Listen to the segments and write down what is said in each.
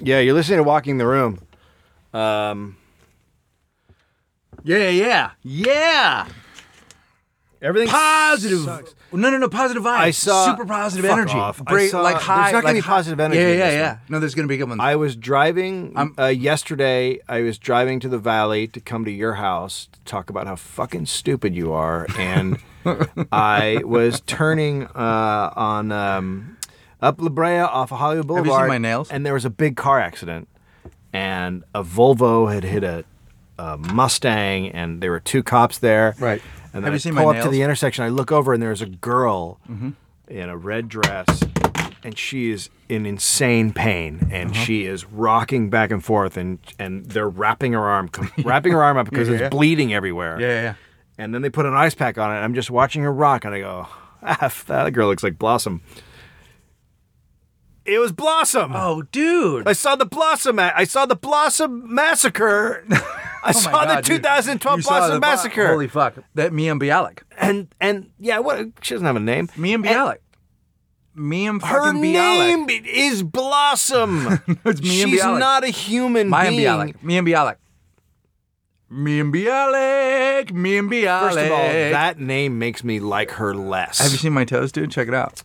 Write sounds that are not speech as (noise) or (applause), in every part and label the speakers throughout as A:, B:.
A: Yeah, you're listening to Walking the Room. Um, yeah, yeah, yeah.
B: Everything
A: Positive.
B: sucks. No, no, no. Positive vibes.
A: I saw-
B: super positive
A: fuck
B: energy.
A: off. I
B: Great,
A: saw-
B: like
A: there's
B: high.
A: not gonna
B: like
A: be
B: high-
A: positive energy
B: Yeah,
A: in
B: yeah,
A: this
B: yeah. No, there's gonna be good ones.
A: I was driving
B: I'm-
A: uh, yesterday. I was driving to the valley to come to your house to talk about how fucking stupid you are,
B: (laughs)
A: and I was turning uh, on um, up La Brea off of Hollywood
B: you seen
A: Boulevard.
B: my nails?
A: And there was a big car accident, and a Volvo had hit a, a Mustang, and there were two cops there.
B: Right.
A: And then
B: Have
A: I
B: you seen my
A: pull up to
B: nails?
A: the intersection. I look over, and there's a girl
B: Mm-hmm.
A: in a red dress, and she is in insane pain, and
B: Uh-huh.
A: she is rocking back and forth, and and they're wrapping her arm,
B: (laughs)
A: com- wrapping her arm up because
B: Yeah, yeah.
A: it's bleeding everywhere.
B: yeah, yeah, yeah.
A: And then they put an ice pack on it, and I'm just watching her rock, and I go, (laughs) ah, that girl looks like Blossom. It was Blossom.
B: Oh, dude.
A: I saw the Blossom. ma- I saw the Blossom
B: (laughs)
A: Massacre. I
B: Oh my
A: saw the
B: God, dude.
A: 2012
B: You saw
A: Blossom
B: the bo-
A: Massacre.
B: Holy fuck! That Miam Bialik.
A: and and yeah, what she doesn't have a name.
B: Miam Bialik. Miam
A: Her
B: fucking Bialik.
A: name is
B: (laughs)
A: Blossom.
B: It's Miam
A: She's
B: Bialik.
A: not a human
B: Miam
A: being.
B: Bialik. Miam Bialik. Miam Bialik. Miam Bialik.
A: First of all, that name makes me like her less.
B: Have you seen my toes, dude? Check it out.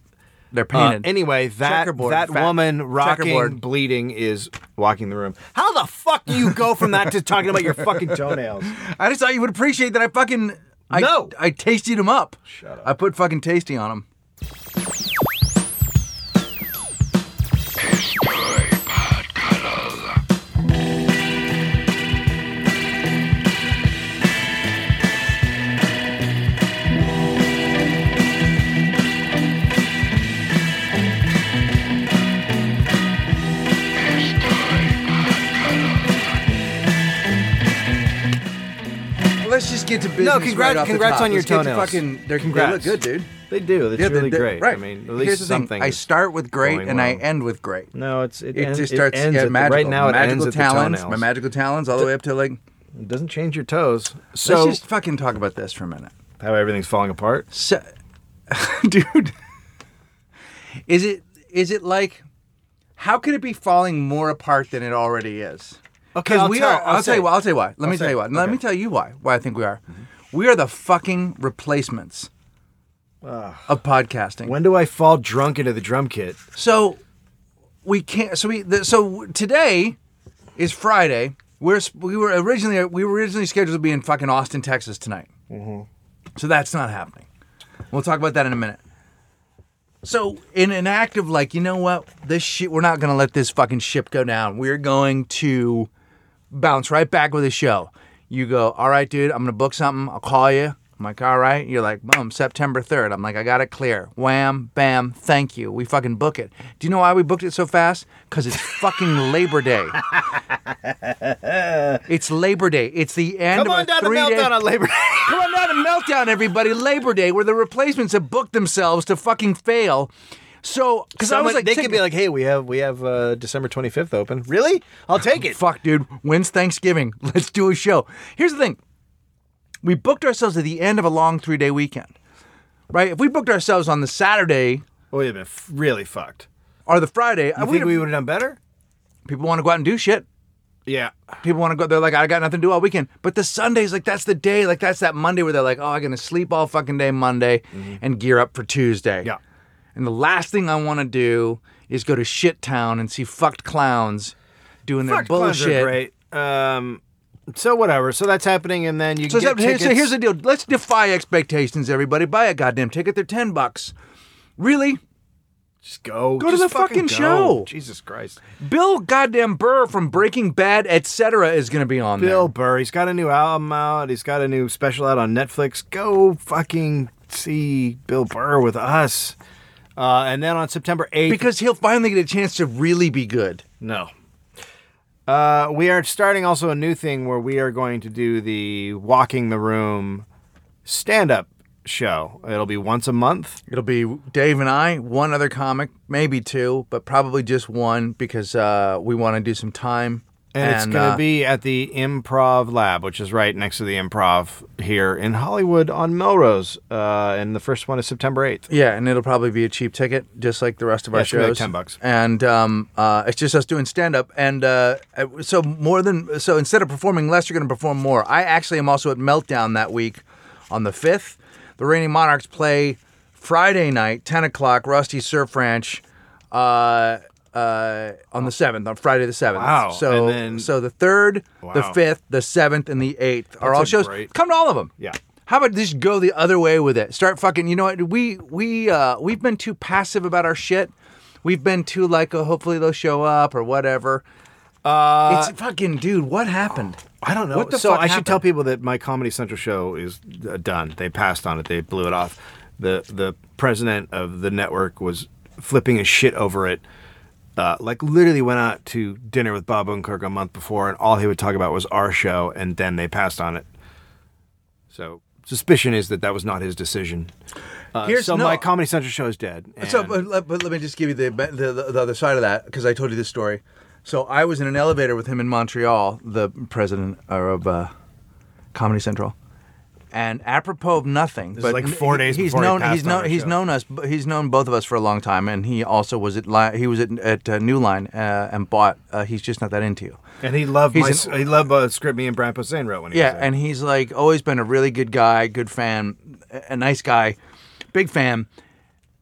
B: They're
A: Uh,
B: painted.
A: anyway, that
B: Checkerboard,
A: that
B: fat.
A: woman rocking,
B: Checkerboard.
A: bleeding is walking the room. How the fuck do you go from that to talking about your fucking toenails?
B: I just thought you would appreciate that I fucking I,
A: No.
B: I tasted them up.
A: Shut up.
B: I put fucking tasty on them. Let's just get to business.
A: No, congrats-
B: right off the
A: congrats
B: top.
A: on your
B: Let's get to
A: toenails.
B: Fucking, they're,
A: Congrats.
B: They look good, dude.
A: They do. That's
B: Yeah, they-
A: really
B: they-
A: great.
B: Right.
A: I mean, at
B: Here's
A: least
B: the thing.
A: something.
B: I
A: is-
B: start with great
A: going
B: and I
A: well.
B: end with great.
A: no, it's it,
B: It
A: ends,
B: just starts
A: it ends
B: yeah,
A: at the-
B: magical.
A: right now. It
B: magical
A: ends at the
B: talons,
A: toenails.
B: my magical talons, all the way up to like.
A: It doesn't change your toes.
B: Let's
A: So
B: just fucking talk about this for a minute.
A: how everything's falling apart.
B: So, (laughs) dude, is it is it like how could it be falling more apart than it already is?
A: Okay,
B: 'Cause
A: I'll
B: we
A: tell-
B: are.
A: I'll
B: I'll, tell
A: say.
B: you. why- I'll tell you why. Let me
A: say.
B: tell you why. Let me tell you why. Why I think we are. We are the fucking replacements of podcasting.
A: When do I fall drunk into the drum kit?
B: So we can't. So we. The, so today is Friday. We're s- we were originally we were originally scheduled to be in fucking Austin, Texas tonight. So that's not happening. We'll talk about that in a minute. So in an act of like, you know what, this shit, we're not gonna let this fucking ship go down. We're going to bounce right back with a show. You go, all right, dude, I'm gonna book something. I'll call you. I'm like, all right. You're like, boom, September 3rd. I'm like, I got it clear. Wham, bam, thank you. We fucking book it. Do you know why we booked it so fast? Because
A: (laughs)
B: it's fucking Labor Day. it's Labor Day. It's the end
A: Come
B: of
A: on
B: a
A: down to
B: three-day-
A: meltdown on (laughs) Labor Day.
B: Come on down to Meltdown, everybody. Labor Day, where the replacements have booked themselmes to fucking fail. So, because I
A: Someone-
B: was like,
A: they could
B: sick-
A: be like, "Hey, we have we have uh, December 25th open. Really? I'll take (laughs) it."
B: fuck, dude, when's Thanksgiving? (laughs) Let's do a show. Here's the thing we booked ourselves at the end of a long three day weekend, right? If we booked ourselves on the Saturday
A: We'd have been f- really fucked.
B: or the Friday, I
A: You think we would have done better?
B: people want to go out and do shit.
A: Yeah.
B: People want to go. They're like, I got nothing to do all weekend. But the Sundays, like, that's the day. Like, that's that Monday where they're like, oh, I'm gonna sleep all fucking day Monday and gear up for Tuesday.
A: Mm-hmm. Yeah.
B: And the last thing I want to do is go to shit town and see fucked clowns doing their
A: Fuck, clowns
B: bullshit.
A: are great. Um, so whatever. So that's happening, and then you
B: So,
A: get
B: so here-
A: tickets.
B: so here's the deal. Let's defy expectations, everybody. Buy a goddamn ticket. They're ten bucks. Really?
A: just go.
B: Go to
A: Just
B: the fucking
A: go.
B: show.
A: Jesus Christ.
B: Bill goddamn Burr from Breaking Bad, etc., is going to be on
A: Bill Burr. He's got a new album out. He's got a new special out on Netflix. Go fucking see Bill Burr with us. Uh, and then on September 8th,
B: there because he'll finally get a chance to really be good.
A: No. Uh, we are starting also a new thing where we are going to do the walking the room stand up show. It'll be once a month.
B: It'll be Dave and I, one other comic, maybe two, but probably just one because uh, we want to do some time
A: And, it's
B: And,
A: going to
B: uh,
A: be at the Improv Lab, which is right next to the Improv here in Hollywood on Melrose. Uh, and the first one is September 8th.
B: Yeah, and it'll probably be a cheap ticket, just like the rest of our
A: it's gonna be like
B: shows.
A: 10 bucks.
B: And um, uh, it's just us doing stand up. And uh, so more than so instead of performing less, you're going to perform more. I actually am also at Meltdown that week on the fifth. The reigning Monarchs play Friday night, ten o'clock, Rusty Surf Ranch. Uh, uh, on the seventh, on Friday the seventh.
A: Wow,
B: So,
A: and then-
B: so the third, the
A: Wow.
B: fifth, the seventh, and the eighth are all
A: a
B: shows.
A: great-
B: Come to all of them.
A: Yeah.
B: How about just go the other way with it? Start fucking. You know what? We we uh we've been too passive about our shit. We've been too like, oh, hopefully they'll show up or whatever. Uh, it's fucking dude. What happened?
A: I don't know.
B: What the
A: so
B: fuck
A: I should tell
B: happened?
A: people that my Comedy Central show is uh, done. They passed on it. They blew it off. The the president of the network was flipping his shit over it. Uh, like literally went out to dinner with Bob Odenkirk a month before, and all he would talk about was our show, and then they passed on it. So suspicion is that that was not his decision. Uh,
B: Here's-
A: so
B: no.
A: my Comedy Central show is dead. And
B: So, but, let- but let me just give you the the, the, the other side of that because I told you this story. So I was in an elevator with him in Montreal, the president of uh, Comedy Central, and apropos of nothing.
A: is like four days
B: he's
A: before he
B: known
A: passed
B: he's
A: on
B: known
A: the
B: he's
A: show.
B: known us he's known both of us for a long time, and he also was at Li- he was at, at uh, New Line uh, and bought. Uh, he's just not that into you.
A: and he loved my,
B: he's an-
A: he loved uh, script me and Brian Posehn wrote when he was
B: Yeah,
A: there.
B: and he's like always been a really good guy, good fan, a a nice guy, big fan.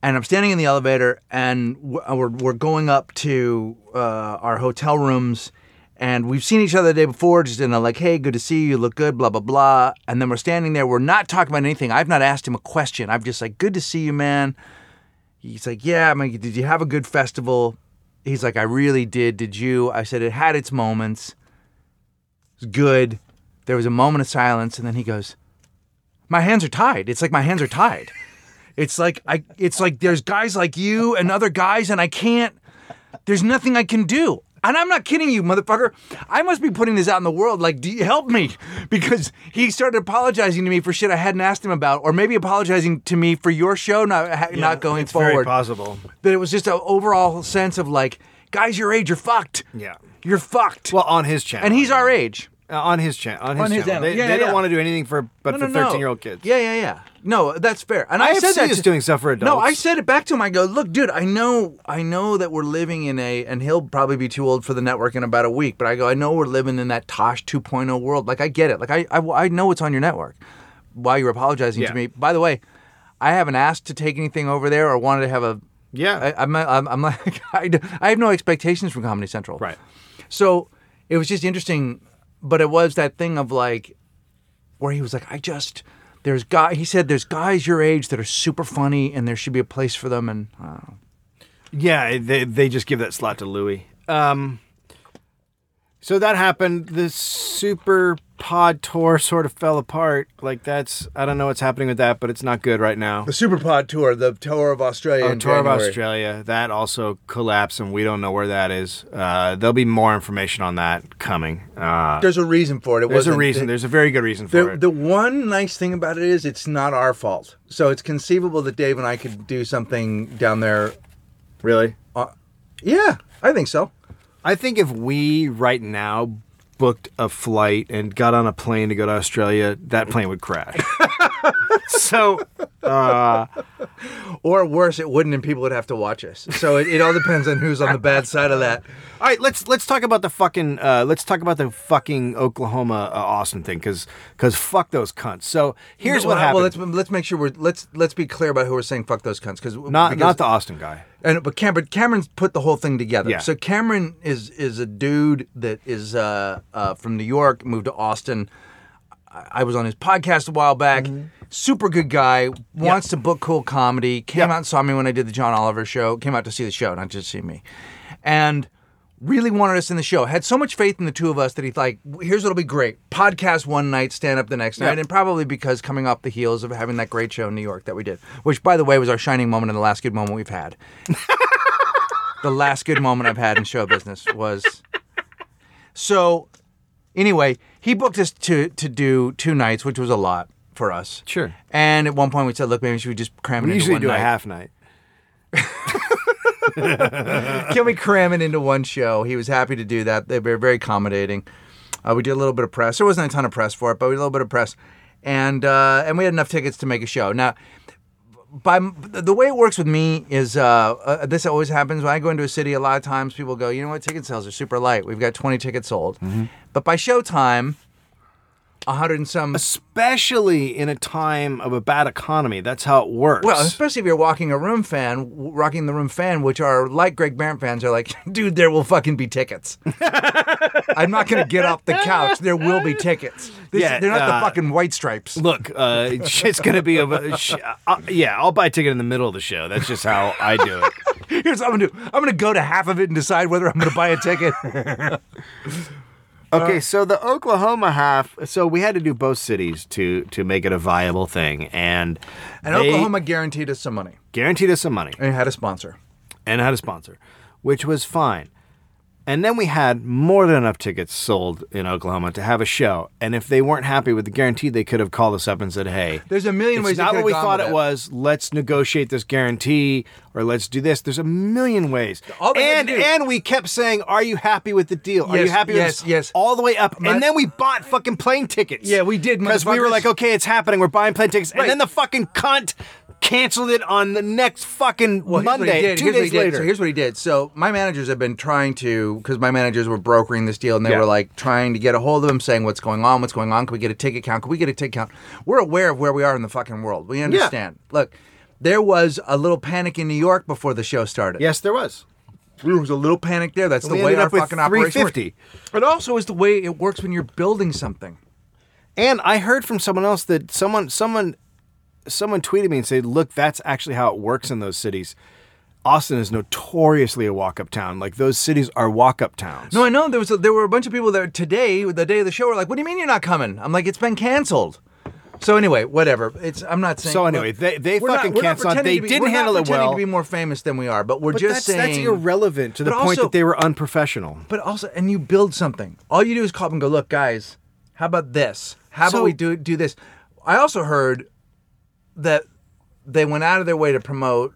B: And I'm standing in the elevator, and w- uh, we're we're going up to uh, our hotel rooms, and we've seen each other the day before, just in a like, hey, good to see you, you look good, blah blah blah. And then we're standing there, we're not talking about anything. I've not asked him a question. I'm just like, good to see you, man. He's like, yeah, I'm like, did you have a good festival? He's like, I really did. Did you? I said, it had its moments was good. There was a moment of silence, and then he goes, "My hands are tied. It's like my hands are tied. It's like I. It's like there's guys like you and other guys, and I can't. There's nothing I can do." And I'm not kidding you, motherfucker. I must be putting this out in the world. Like, do you help me? (laughs) Because he started apologizing to me for shit I hadn't asked him about, or maybe apologizing to me for your show not ha- not going
A: it's
B: forward
A: Very possible.
B: that it was just an overall sense of like, guys your age, you're fucked.
A: Yeah.
B: You're fucked.
A: Well, on his channel,
B: and he's
A: already.
B: our age.
A: Uh, on his channel. On his,
B: On his
A: channel.
B: channel.
A: They,
B: Yeah,
A: they
B: yeah.
A: don't want to do anything for but for
B: no, no, no.
A: thirteen year old kids.
B: Yeah, yeah, yeah. No, that's fair. And I,
A: IFC
B: said that
A: is
B: to-
A: doing stuff for
B: No, I
A: adults.
B: said it back to him. I go, look, dude, I know, I know that we're living in a, and he'll probably be too old for the network in about a week. But I go, I know we're living in that Tosh 2.0 world. Like I get it. Like I, I, I know it's on your network. While you're apologizing
A: Yeah.
B: to me, by the way, I haven't asked to take anything over there or wanted to have a.
A: Yeah.
B: I, I'm, I'm, I'm like, (laughs) I, d- I have no expectations from Comedy Central.
A: Right.
B: So it was just interesting, but it was that thing of like where he was like, I just there's guy he said there's guys your age that are super funny and there should be a place for them and uh,
A: Yeah, they they just give that slot to Louis. Um so that happened. The super pod tour sort of fell apart. Like that's I don't know what's happening with that, but it's not good right now.
B: the Superpod tour, the tour of Australia,
A: The Oh, tour of Australia that also collapsed, and we don't know where that is. Uh, there'll be more information on that coming. Uh,
B: There's a reason for it. it
A: there's a reason. there's a very good reason for
B: The,
A: it.
B: the one nice thing about it is it's not our fault. So it's conceivable that Dave and I could do something down there.
A: really?
B: Uh, yeah, I think so.
A: I think if we right now booked a flight and got on a plane to go to Australia, that plane would
B: (laughs)
A: crash. so
B: Or worse, it wouldn't, and people would have to watch us. So it, it all depends on who's on the bad side of that.
A: All right, let's let's talk about the fucking uh, let's talk about the fucking Oklahoma uh, Austin thing because because fuck those cunts. So here's
B: Well,
A: what happened.
B: Well, let's let's make sure we're let's let's be clear about who we're saying fuck those cunts 'cause- because
A: not not the Austin guy.
B: and but Cameron Cameron's put the whole thing together.
A: Yeah.
B: So Cameron is is a dude that is uh, uh, from New York, moved to Austin. I I was on his podcast a while back. Super good guy. Wants to book cool comedy. Came
A: Yep.
B: out and saw me when I did the John Oliver show. Came out to see the show, not just see me. And really wanted us in the show. Had so much faith in the two of us that he's like, "Here's what'll be great: podcast one night, stand up the next night."
A: Yep.
B: And probably because coming off the heels of having that great show in New York that we did, which by the way was our shining moment and the last good moment we've had the last good moment I've had in show business was. So, anyway, he booked us to to do two nights, which was a lot for us.
A: Sure.
B: And at one point, we said, "Look, maybe should we just cram it
A: We
B: into
A: usually
B: one
A: do
B: night?"
A: a half night.
B: (laughs) Can we cram it into one show? He was happy to do that. They were very accommodating. Uh, we did a little bit of press. There wasn't a ton of press for it, but we did a little bit of press, and uh, and we had enough tickets to make a show. Now, by the way it works with me is uh, uh, this always happens when I go into a city. A lot of times people go, you know what, ticket sales are super light. We've got twenty tickets sold, but by showtime, a hundred and some.
A: Especially in a time of a bad economy. That's how it works.
B: Well, especially if you're walking a room fan, w- rocking the room fan, which are like Greg Barron fans are like, (laughs) dude, there will fucking be
A: (laughs)
B: tickets. I'm not gonna get off the couch. There will be tickets. This,
A: Yeah,
B: they're not
A: uh,
B: the fucking white stripes.
A: Look, uh,
B: (laughs)
A: it's going to be a. Sh- uh, yeah, I'll buy a ticket in the middle of the show. That's just how I do it.
B: Here's what I'm gonna do. I'm gonna go to half of it and decide whether I'm gonna buy
A: (laughs)
B: a ticket.
A: Okay, so the Oklahoma half. So we had to do both cities to to make it a viable thing, and
B: And
A: they
B: Oklahoma guaranteed us some money
A: guaranteed us some money
B: and had a sponsor.
A: and had a sponsor, which was fine. And then we had more than enough tickets sold in Oklahoma to have a show. And if they weren't happy with the guarantee, they could have called us up and said, "Hey,
B: There's a million
A: it's
B: ways they
A: not
B: could
A: what
B: have
A: we
B: gone
A: thought
B: with
A: it
B: it."
A: was. Let's negotiate this guarantee, or let's do this." There's a million ways.
B: All they had
A: and
B: to do-
A: and we kept saying, "Are you happy with the deal? Are you
B: Yes,
A: happy?" with
B: yes,
A: this?"
B: yes.
A: All the way up,
B: My-
A: and then we bought fucking plane tickets.
B: Yeah, we did,
A: because we were
B: motherfuckers.
A: like, "Okay, it's happening. We're buying plane tickets,"
B: Right.
A: and then the fucking cunt canceled it on the next fucking
B: Well, here's what he
A: Monday,
B: did.
A: two
B: Here's what he
A: days
B: did.
A: later.
B: So here's what he did. So my managers have been trying to, because my managers were brokering this deal, and they
A: Yeah.
B: were like trying to get a hold of him, saying what's going on, what's going on. Can we get a ticket count? Can we get a ticket count? We're aware of where we are in the fucking world. We understand. Look, there was a little panic in New York before the show started.
A: yes, there was.
B: there was a little panic there. That's
A: we
B: the way
A: ended
B: our
A: up with
B: fucking operation works.
A: 350.
B: It also is the way it works when you're building something.
A: And I heard from someone else that someone someone someone tweeted me and said, "Look, that's actually how it works in those cities." Austin is notoriously a walk-up town. Like those cities are walk-up towns.
B: No, I know there was a, there were a bunch of people there today, the day of the show, were like, "What do you mean you're not coming?" I'm like, "It's been canceled." So anyway, whatever. It's I'm not saying.
A: So anyway, they- they
B: we're not-
A: fucking
B: we're not
A: canceled.
B: pretending
A: They
B: to be-
A: didn't
B: we're not
A: handle it
B: pretending
A: well.
B: To be more famous than we are, but we're
A: but
B: just
A: that's, that's
B: saying.
A: irrelevant to the
B: But
A: point
B: also-
A: that they were unprofessional.
B: But also, and you build something. All you do is call up and go, "Look, guys, how about this? How
A: So-
B: about we do do this?" I also heard that they went out of their way to promote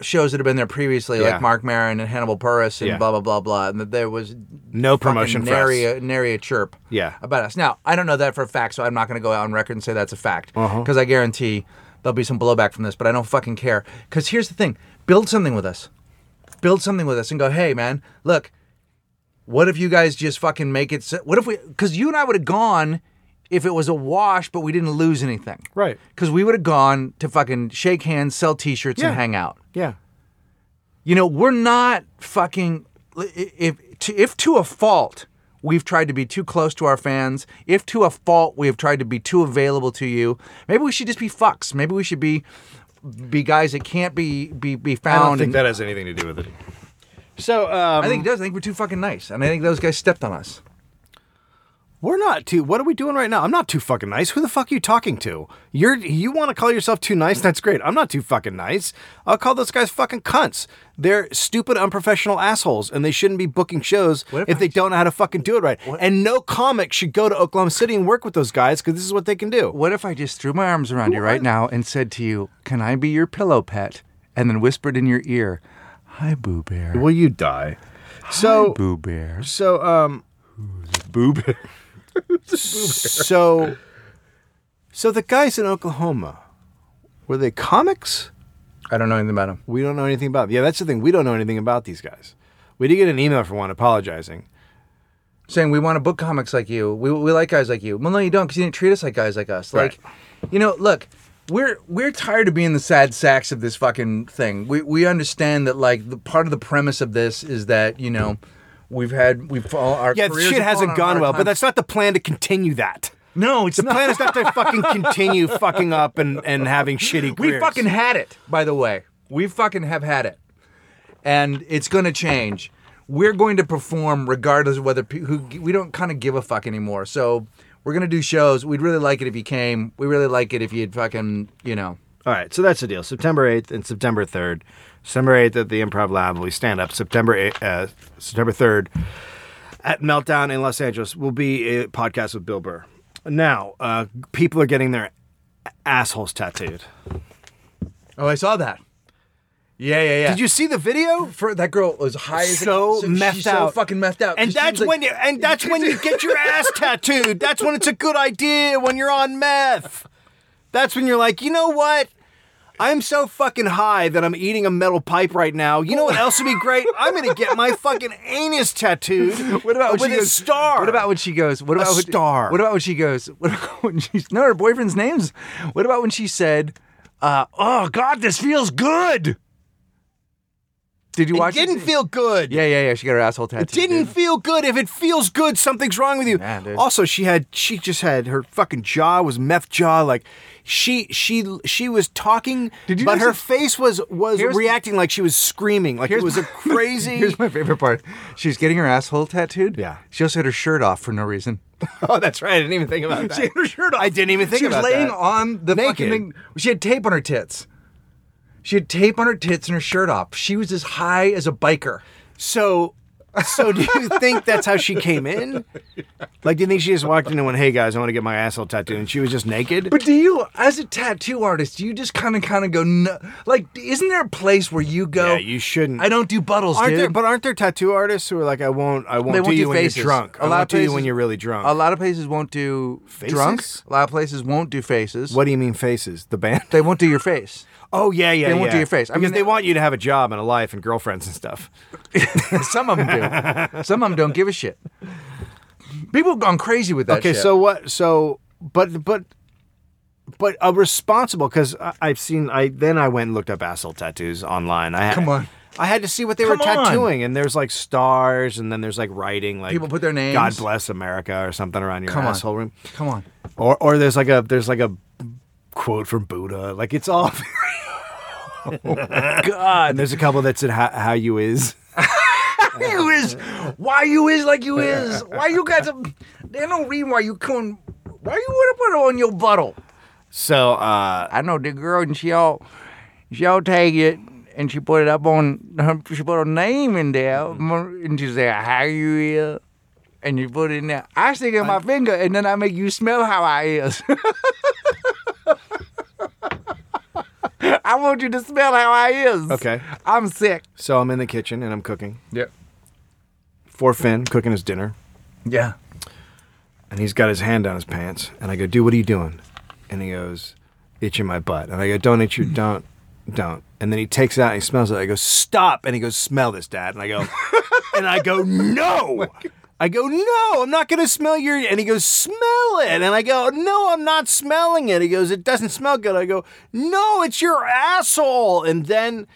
B: shows that have been there previously,
A: Yeah.
B: like Mark Maron and Hannibal Burris and
A: Yeah.
B: blah blah blah blah, and that there was
A: No
B: fucking
A: promotion for
B: nary
A: us.
B: a nary a chirp.
A: Yeah.
B: about us. Now I don't know that for a fact, so I'm not going to go out on record and say that's a fact
A: Uh-huh.
B: because I guarantee there'll be some blowback from this. But I don't fucking care because here's the thing: build something with us, build something with us, and go, hey man, look, what if you guys just fucking make it? So, what if we? Because you and I would have gone if it was a wash, but we didn't lose anything,
A: Right.
B: Because we would have gone to fucking shake hands, sell T-shirts,
A: Yeah.
B: and hang out.
A: Yeah.
B: You know, we're not fucking if to, if to a fault we've tried to be too close to our fans, if to a fault we have tried to be too available to you, maybe we should just be fucks. Maybe we should be be guys that can't be be be found. and-
A: that has anything to do with it. So um,
B: I think it does. I think we're too fucking nice, and I think those guys stepped on us.
A: We're not too. What are we doing right now? I'm not too fucking nice. Who the fuck are you talking to? You're you want to call yourself too nice? That's great. I'm not too fucking nice. I'll call those guys fucking cunts. They're stupid, unprofessional assholes, and they shouldn't be booking shows
B: What if
A: if,
B: I
A: they
B: just-
A: don't know how to fucking do it right. And no comic should go to Oklahoma City and work with those guys because this is what they can do.
B: What if I just threw my arms around you right now and said to you, "Can I be your pillow pet?" and then whispered in your ear, "Hi, Boo Bear."
A: Will you die? So
B: Boo Bear.
A: so um
B: Boo (laughs) Bear.
A: so so the guys in Oklahoma were they comics?
B: I don't know anything about him.
A: We don't know anything about. Yeah, that's the thing. We don't know anything about these guys. We did get an email from one apologizing.
B: saying we want to book comics like you. We, we like guys like you. Well, no, you don't, because you didn't treat us like guys like us.
A: Right.
B: Like, you know, look, we're we're tired of being the sad sacks of this fucking thing. We we understand that like the part of the premise of this is that you know we've had we've all our
A: Yeah,
B: careers
A: shit
B: have fallen
A: hasn't
B: on
A: gone
B: hard
A: well, but
B: times.
A: that's not the plan to continue that.
B: no, it's
A: The
B: not.
A: plan is not to (laughs) fucking continue fucking up and, and having shitty
B: We
A: careers.
B: fucking had it, by the way. We fucking have had it, and it's gonna change. We're going to perform regardless of whether pe- who we don't kind of give a fuck anymore. So we're gonna do shows. We'd really like it if you came. We really like it if you'd fucking you know.
A: All right, so that's the deal. September eighth and September third. September eighth at the Improv Lab will be stand up. September 8th, uh, September third at Meltdown in Los Angeles will be a podcast with Bill Burr. Now, uh, people are getting their assholes tattooed.
B: Oh, I saw that. Yeah, yeah, yeah.
A: Did you see the video?
B: For that girl was high as
A: So
B: she's
A: messed
B: so
A: out.
B: fucking messed out.
A: And
B: 'cause she
A: that's
B: was Uh, like-
A: when you
B: (laughs)
A: and that's when you get your ass tattooed. That's when it's a good idea when you're on meth. That's when you're like, you know what? I'm so fucking high that I'm eating a metal pipe right now. You know what else would be great? I'm gonna get my fucking anus tattooed.
B: (laughs) What about when
A: with
B: she
A: a
B: goes,
A: star?
B: What about when she goes? What
A: A
B: about when,
A: star.
B: What about when she goes? What about (laughs) when she's no her boyfriend's names? What about when she said, uh, "Oh God, this feels good"? Did you
A: it
B: watch?
A: didn't feel good.
B: Yeah, yeah, yeah. She got her asshole tattooed.
A: It didn't
B: dude.
A: feel good. If it feels good, something's wrong with you.
B: Yeah, dude.
A: also, she had she just had her fucking jaw was meth jaw. Like she she she was talking,
B: Did you
A: but her
B: notice-
A: face was was
B: Here's-
A: reacting like she was screaming. Like it
B: Here's-
A: was (laughs) a crazy.
B: (laughs) Here's my favorite part. She was getting her asshole tattooed.
A: Yeah.
B: She also had her shirt off for no reason.
A: oh, that's right. I didn't even think (laughs) about that.
B: (laughs) She had her shirt off.
A: I didn't even think
B: she was
A: about
B: laying
A: that.
B: on the
A: Naked.
B: fucking thing. She had tape on her tits. She had tape on her tits and her shirt off. She was as high as a biker.
A: So, so do you think that's how she came in? Like, do you think she just walked in and went, "Hey guys, I want to get my asshole tattooed," and she was just naked?
B: But do you, as a tattoo artist, do you just kind of, kind of go, no, like, isn't there a place where you go?
A: Yeah, you shouldn't.
B: I don't do buttles,
A: Aren't
B: dude.
A: there, but aren't there tattoo artists who are like, I won't, I won't,
B: they won't
A: do you
B: do
A: when
B: faces.
A: you're drunk. I
B: A lot
A: won't
B: of
A: do you when
B: places-
A: you're really drunk.
B: a lot of places won't do drunk.
A: Faces?
B: A lot of places won't do faces.
A: What do you mean faces? The band?
B: They won't do your face.
A: (laughs) Oh yeah, yeah.
B: They won't
A: yeah.
B: do your face. I
A: because
B: mean,
A: they
B: they-
A: want you to have a job and a life and girlfriends and stuff.
B: Some of them do. (laughs) Some of them don't give a shit. People have gone crazy with that.
A: Okay,
B: shit.
A: so what? So, but but but a responsible because I've seen. I then I went and looked up asshole tattoos online. I
B: Come on.
A: I had to see what they were
B: Come on.
A: tattooing, and there's like stars, and then there's like writing, like
B: People put their names.
A: God bless America, or something around your
B: Come on.
A: asshole room.
B: come on.
A: or or there's like a there's like a quote from Buddha. Like it's all. (laughs)
B: God,
A: and there's a couple that said how, how you is.
B: you is why you is like you is. Why you got some? There's no reason why you couldn't. Why you wanna put it on your buttle?
A: So uh,
B: I know the girl, and she all, she all take it, and she put it up on, her, she put her name in there, and she said, "How you is," and you put it in there. I stick it in my finger, and then I make you smell how I is. (laughs) I want you to smell how I is.
A: Okay.
B: I'm sick.
A: so I'm in the kitchen and I'm cooking
B: Yeah.
A: for Finn, cooking his dinner,
B: Yeah.
A: and he's got his hand down his pants, and I go, "Dude, what are you doing?" And he goes, "Itching my butt," and I go, "Don't itch your don't." Don't. And then he takes it out and he smells it. I go, stop. And he goes, smell this, dad. And I go, and I go, no. I go, no, I'm not going to smell your. And he goes, smell it. And I go, no, I'm not smelling it. He goes, it doesn't smell good. I go, no, it's your asshole. And then,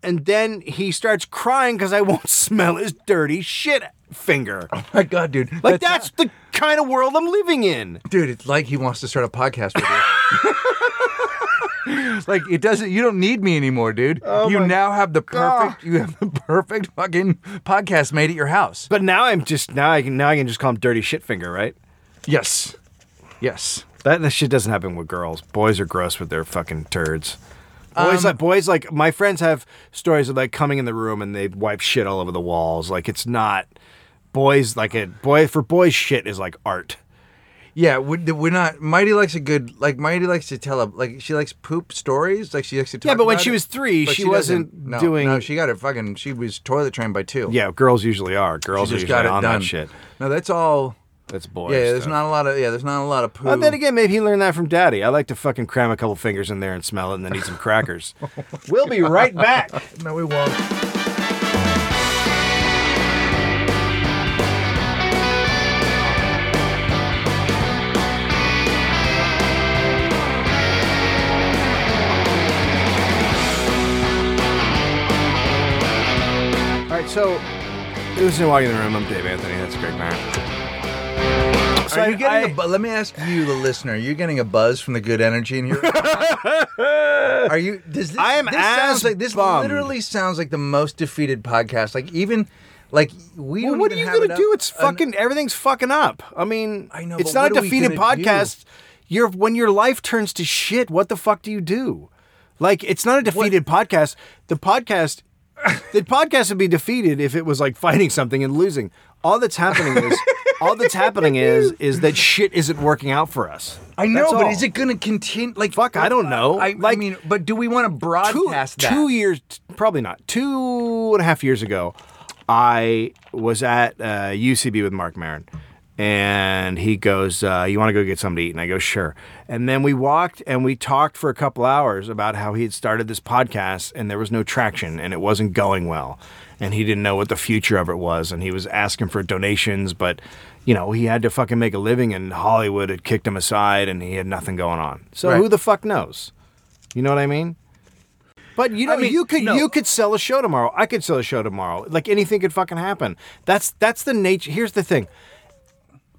A: and then he starts crying because I won't (laughs) smell his dirty shit finger.
B: My God, dude.
A: Like, that's the kind of world I'm living in.
B: dude, it's like he wants to start a podcast with you. (laughs) like it doesn't you don't need me anymore, dude.
A: Oh
B: you now have the perfect you have the (laughs) perfect fucking podcast made at your house.
A: But now I'm just, now I can, now I can just call him dirty shit finger, right?
B: Yes. Yes.
A: That, that shit doesn't happen with girls. Boys are gross with their fucking turds. Boys like boys like my friends have stories of like coming in the room and they wipe shit all over the walls. Like it's not boys like it boy for boys shit is like art.
B: Yeah, we're, we're not Mighty likes a good like Mighty likes to tell a like she likes poop stories, like she likes to talk
A: Yeah, but when
B: about
A: she
B: it,
A: was three,
B: but
A: she
B: doesn't-
A: wasn't
B: no,
A: doing-
B: No, she got her fucking she was toilet trained by 2.
A: Yeah, girls usually are.
B: She
A: Girls are
B: just
A: usually
B: got it
A: on
B: done.
A: that shit.
B: No, that's all
A: That's boys.
B: Yeah, there's
A: stuff.
B: not a lot of yeah, there's not a lot of poop.
A: But then again, maybe he learned that from daddy. I like to fucking cram a couple fingers in there and smell it and then eat some
B: (laughs)
A: crackers. we'll be right back.
B: No, we won't.
A: All right, so it was in walking in the room. I'm Dave Anthony. That's Greg Mayer.
B: So are you getting a bu- let me ask you, the listener, are you getting a buzz from the good energy in (laughs) here? are you? Does this,
A: I am
B: this
A: as
B: sounds like this
A: bummed.
B: literally sounds like the most defeated podcast. Like even like we.
A: Well,
B: don't
A: what are
B: even
A: you
B: have
A: gonna
B: enough-
A: do? It's
B: an-
A: fucking everything's fucking up. I mean,
B: I know,
A: It's
B: but
A: not a
B: what are we
A: defeated
B: gonna do?
A: podcast. Your when your life turns to shit, what the fuck do you do? Like, it's not a defeated podcast. The
B: (laughs)
A: podcast, the podcast would be defeated if it was like fighting something and losing. All that's happening is all that's happening is is that shit isn't working out for us.
B: I know,
A: That's
B: but
A: all.
B: is it going to continue? Like,
A: Fuck, I don't know.
B: I, I
A: Like,
B: mean, but do we want to
A: two,
B: broadcast that?
A: two years, probably not, two and a half years ago, I was at uh, UCB with Mark Marin. And he goes, uh, You want to go get something to eat? And I go, Sure. And then we walked and we talked for a couple hours about how he had started this podcast and there was no traction and it wasn't going well. And he didn't know what the future of it was. And he was asking for donations, but, you know, he had to fucking make a living and Hollywood had kicked him aside and he had nothing going on. So
B: Right.
A: who the fuck knows? You know what I mean? But you know,
B: I mean,
A: you could
B: no.
A: you could sell a show tomorrow. I could sell a show tomorrow. Like anything could fucking happen. That's that's the nature. Here's the thing.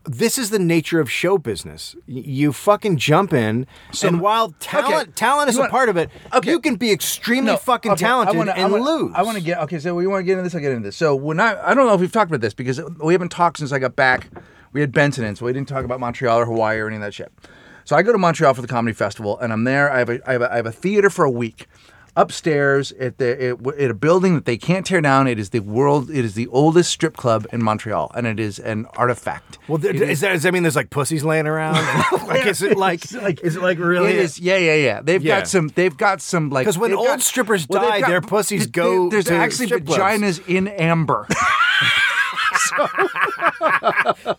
A: This is the nature of show business. Y- You fucking jump in, and while talent
B: okay.
A: talent is
B: You
A: a
B: wanna-
A: part of it,
B: okay.
A: you can be extremely fucking
B: okay, I
A: talented
B: wanna- I
A: and
B: wanna-
A: lose.
B: I want to get okay. So we want to get into this. I'll get into this. So when I I don't know if we've talked about this because we haven't talked since I got back. We had Benson in, so we didn't talk about Montreal or Hawaii or any of that shit. So I go to Montreal for the comedy festival, and I'm there. I have a I have a, I have a theater for a week upstairs at the it, at a building that they can't tear down. It is the world. It is the oldest strip club in Montreal, and it is an artifact.
A: Well, th- is that does that mean there's like pussies laying
B: (laughs)
A: around? (laughs) like is it like, is it like really?
B: It is, (laughs) yeah, yeah, yeah. They've
A: Yeah.
B: got some. They've got some like
A: 'Cause when
B: they've
A: old
B: got-
A: strippers
B: they've
A: die, their pussies go
B: There's
A: to
B: actually
A: strip clubs.
B: vaginas in amber.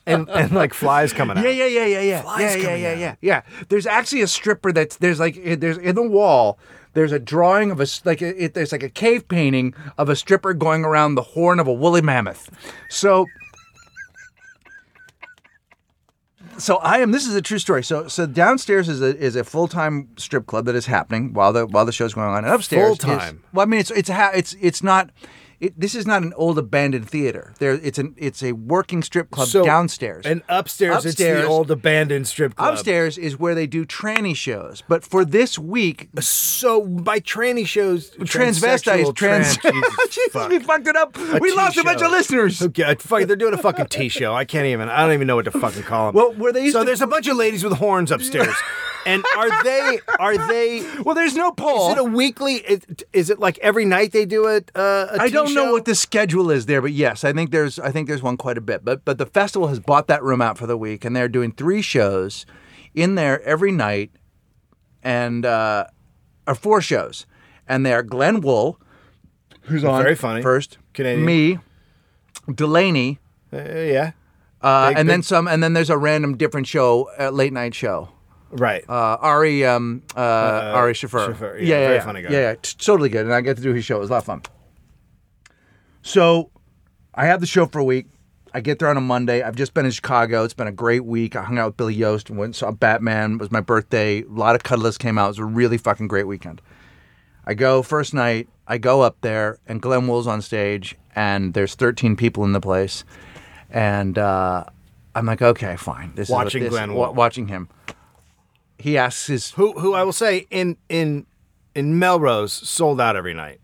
A: and, and like flies coming out.
B: yeah, yeah, yeah, yeah, yeah, yeah, yeah,
A: coming
B: yeah, yeah, yeah. There's actually a stripper that's there's like eh, there's in the wall. There's a drawing of a s- like eh, it, it- there's like a cave painting of a stripper going around the horn of a woolly mammoth. So. So I am. This is a true story. So so downstairs is a is a full time strip club that is happening while the while the show's going on. And upstairs, is-
A: Full-time.
B: well, I mean, it's it's a ha- it's it's not. It, this is not an old abandoned theater. There, it's an it's a working strip club
A: So-
B: downstairs.
A: And upstairs, it's
B: Upstairs.
A: the old abandoned strip club.
B: Upstairs is where they do tranny shows. But for this week,
A: So by tranny shows, transsexual,
B: transvestites, trans. (laughs)
A: Jesus,
B: Jesus,
A: fuck.
B: we fucked it up. we
A: tea
B: lost a bunch
A: show.
B: of listeners.
A: Okay, fuck, they're doing a fucking T show. I can't even. I don't even know what to fucking call them.
B: Well, were they used
A: so
B: to-
A: there's a bunch of ladies with horns
B: (laughs)
A: upstairs, and are they? Are they?
B: Well, there's no poll.
A: Is it a weekly? Is, is it like every night they do it? Uh, a
B: I
A: tea
B: don't know
A: show?
B: what the schedule is there, but yes, I think there's I think there's one quite a bit. But but the festival has bought that room out for the week, and they're doing three shows in there every night, and uh, or four shows, and they are Glenn Wool, who's on
A: Very funny.
B: first,
A: Canadian.
B: me, Delaney,
A: Uh, yeah,
B: uh,
A: Big-
B: and then
A: big-
B: some, and then there's a random different show, uh, late night show.
A: right.
B: Uh, Ari, um, uh, Ari Shaffer.
A: Shaffir, yeah, very funny guy.
B: Yeah, yeah, t- totally good. And I get to do his show. It was a lot of fun. So I have the show for a week. I get there on a Monday. I've just been in Chicago. It's been a great week. I hung out with Billy Yost and went and saw Batman. It was my birthday. A lot of cuddlers came out. It was a really fucking great weekend. I go first night. I go up there, and Glenn Wool's on stage, and there's 13 people in the place, and uh, I'm like, okay, fine. This
A: Watching
B: is what this,
A: Glenn
B: wa-
A: Wool.
B: watching him. He asks his
A: who who I will say in in in Melrose sold out every night.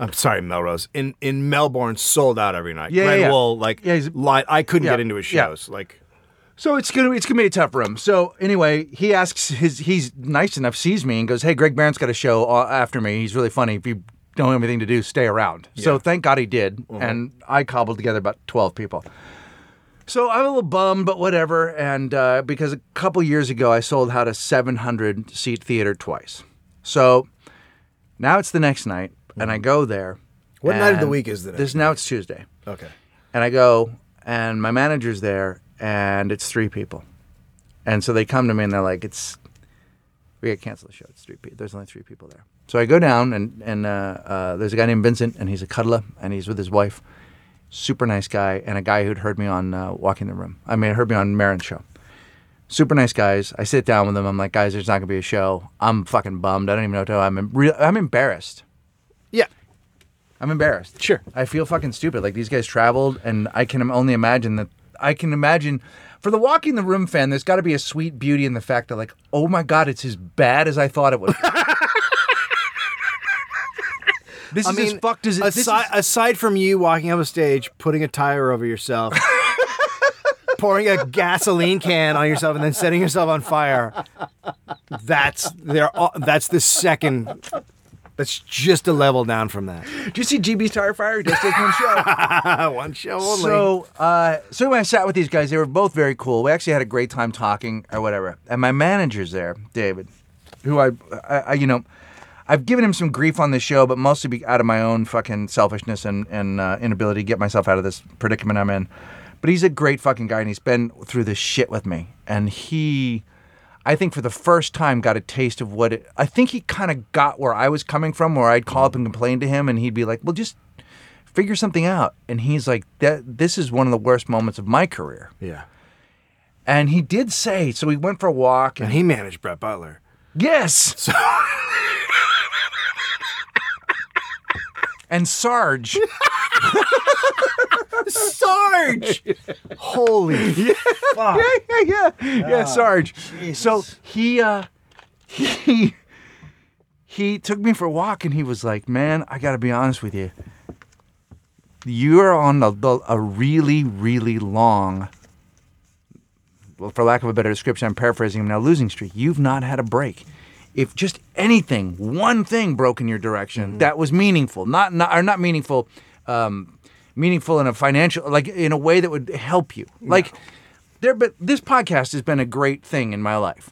A: I'm sorry, Melrose. In in Melbourne, sold out every night.
B: Yeah, yeah,
A: Glenn
B: yeah.
A: Wool, like,
B: Yeah, he's-
A: li- I couldn't
B: yeah,
A: get into his
B: yeah.
A: shows. Like,
B: So it's gonna it's gonna be a tough room. So anyway, he asks his he's nice enough, sees me and goes, "Hey, Greg Barron's got a show uh, after me. He's really funny. If you don't have anything to do, stay around." So thank God he did,
A: Uh-huh.
B: and I cobbled together about twelve people. So I'm a little bummed, but whatever. And uh, because a couple years ago I sold out a 700 seat theater twice, so now it's the next night, and I go there.
A: Mm-hmm. What night of the
B: and
A: week is the next
B: This now it's Tuesday.
A: okay.
B: And I go, and my manager's there, and it's three people. And so they come to me and they're like, it's, we got to cancel the show. It's three people. There's only three people there. So I go down, and, and uh, uh, there's a guy named Vincent, and he's a cuddler, and he's with his wife. Super nice guy, and a guy who'd heard me on uh, Walking the Room. I mean, heard me on Marin's show. Super nice guys. I sit down with them. I'm like, guys, there's not gonna be a show. I'm fucking bummed. I don't even know what to. do. I'm em- real. I'm embarrassed.
A: Yeah.
B: I'm embarrassed.
A: Sure.
B: I feel fucking stupid. Like these guys traveled, and I can only imagine that. I can imagine for the Walking the Room fan, there's got to be a sweet beauty in the fact that, like, oh my God, it's as bad as I thought it was. (laughs) this is as fucked as it. this is-
A: aside, aside from you walking up a stage, putting a tire over
B: (laughs)
A: yourself, pouring a gasoline can on yourself, and then setting yourself on fire, that's they're all, that's the second That's just a level down from that. (laughs)
B: Did you see GB's Tire Fire? Just did one show.
A: One show only.
B: so, uh, so when I sat with these guys, they were both very cool. We actually had a great time talking or whatever. And my manager's there, David, who I, I, I you know, I've given him some grief on this show, but mostly be out of my own fucking selfishness and and uh, inability to get myself out of this predicament I'm in. But he's a great fucking guy, and he's been through this shit with me. And he, I think, for the first time, got a taste of what it. I think he kind of got where I was coming from, where I'd call up and complain to him, and he'd be like, "Well, just." figure something out. And he's like, that this is one of the worst moments of my career.
A: yeah.
B: And he did say, so we went for a walk and
A: And he managed Brett Butler.
B: yes. (laughs) and Sarge.
A: (laughs) Sarge!
B: (laughs)
A: Holy fuck. Ah,
B: yeah, yeah, yeah, yeah, Sarge. So he uh he he took me for a walk and he was like, "Man, I got to be honest with you. You're on a, the- a really really long well, for lack of a better description, I'm paraphrasing him now, losing streak. You've not had a break. If just anything, one thing broke in your direction that was meaningful, not, not or not meaningful, um, meaningful in a financial, like in a way that would help you. Like there, but this podcast has been a great thing in my life.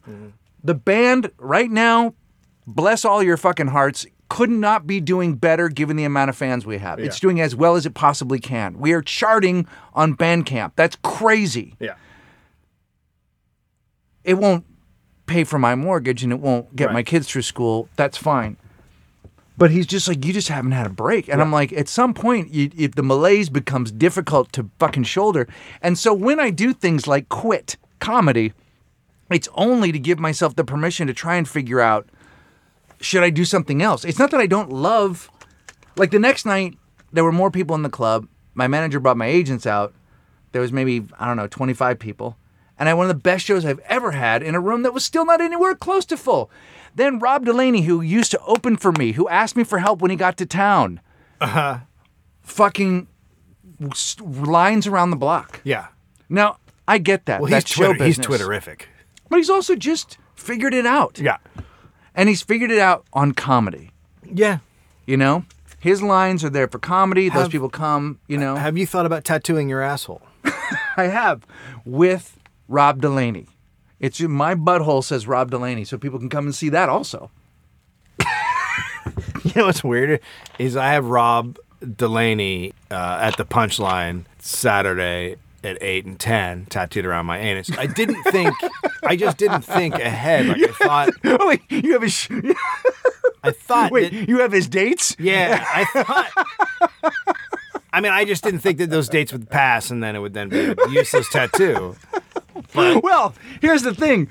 B: The band right now, bless all your fucking hearts, could not be doing better given the amount of fans we have. It's doing as well as it possibly can. We are charting on Bandcamp. That's crazy
A: Yeah.
B: it won't pay for my mortgage and it won't get
A: Right.
B: my kids through school. That's fine. But he's just like, you just haven't had a break. And I'm like, at some point, you, it, the malaise becomes difficult to fucking shoulder. And so when I do things like quit comedy, it's only to give myself the permission to try and figure out should I do something else? It's not that I don't love, like the next night, there were more people in the club. My manager brought my agents out. There was maybe, I don't know, 25 people. And I had one of the best shows I've ever had in a room that was still not anywhere close to full. Then Rob Delaney, who used to open for me, who asked me for help when he got to town, uh-huh. fucking s- lines around the block.
A: Yeah.
B: Now, I get that.
A: Well, he's,
B: That's show
A: Twitter, he's
B: business.
A: Twitterific.
B: But he's also just figured it out.
A: Yeah.
B: And he's figured it out on comedy.
A: Yeah.
B: You know, his lines are there for comedy. Those
A: Have-
B: people come. You know,
A: Have you thought about tattooing your asshole? (laughs)
B: I have with Rob Delaney. It's in my butthole says Rob Delaney, so people can come and see that also. (laughs)
A: You know what's weird is I have Rob Delaney uh, at the Punchline Saturday at eight and ten tattooed around my anus. I (laughs) didn't think. I just didn't think ahead. Like I thought.
B: Oh wait, you have his sh- (laughs)
A: I thought.
B: wait,
A: that-
B: you have his dates.
A: yeah, I thought. I mean, I just didn't think that those dates would pass, and then it would then be a useless tattoo.
B: Well, here's the thing.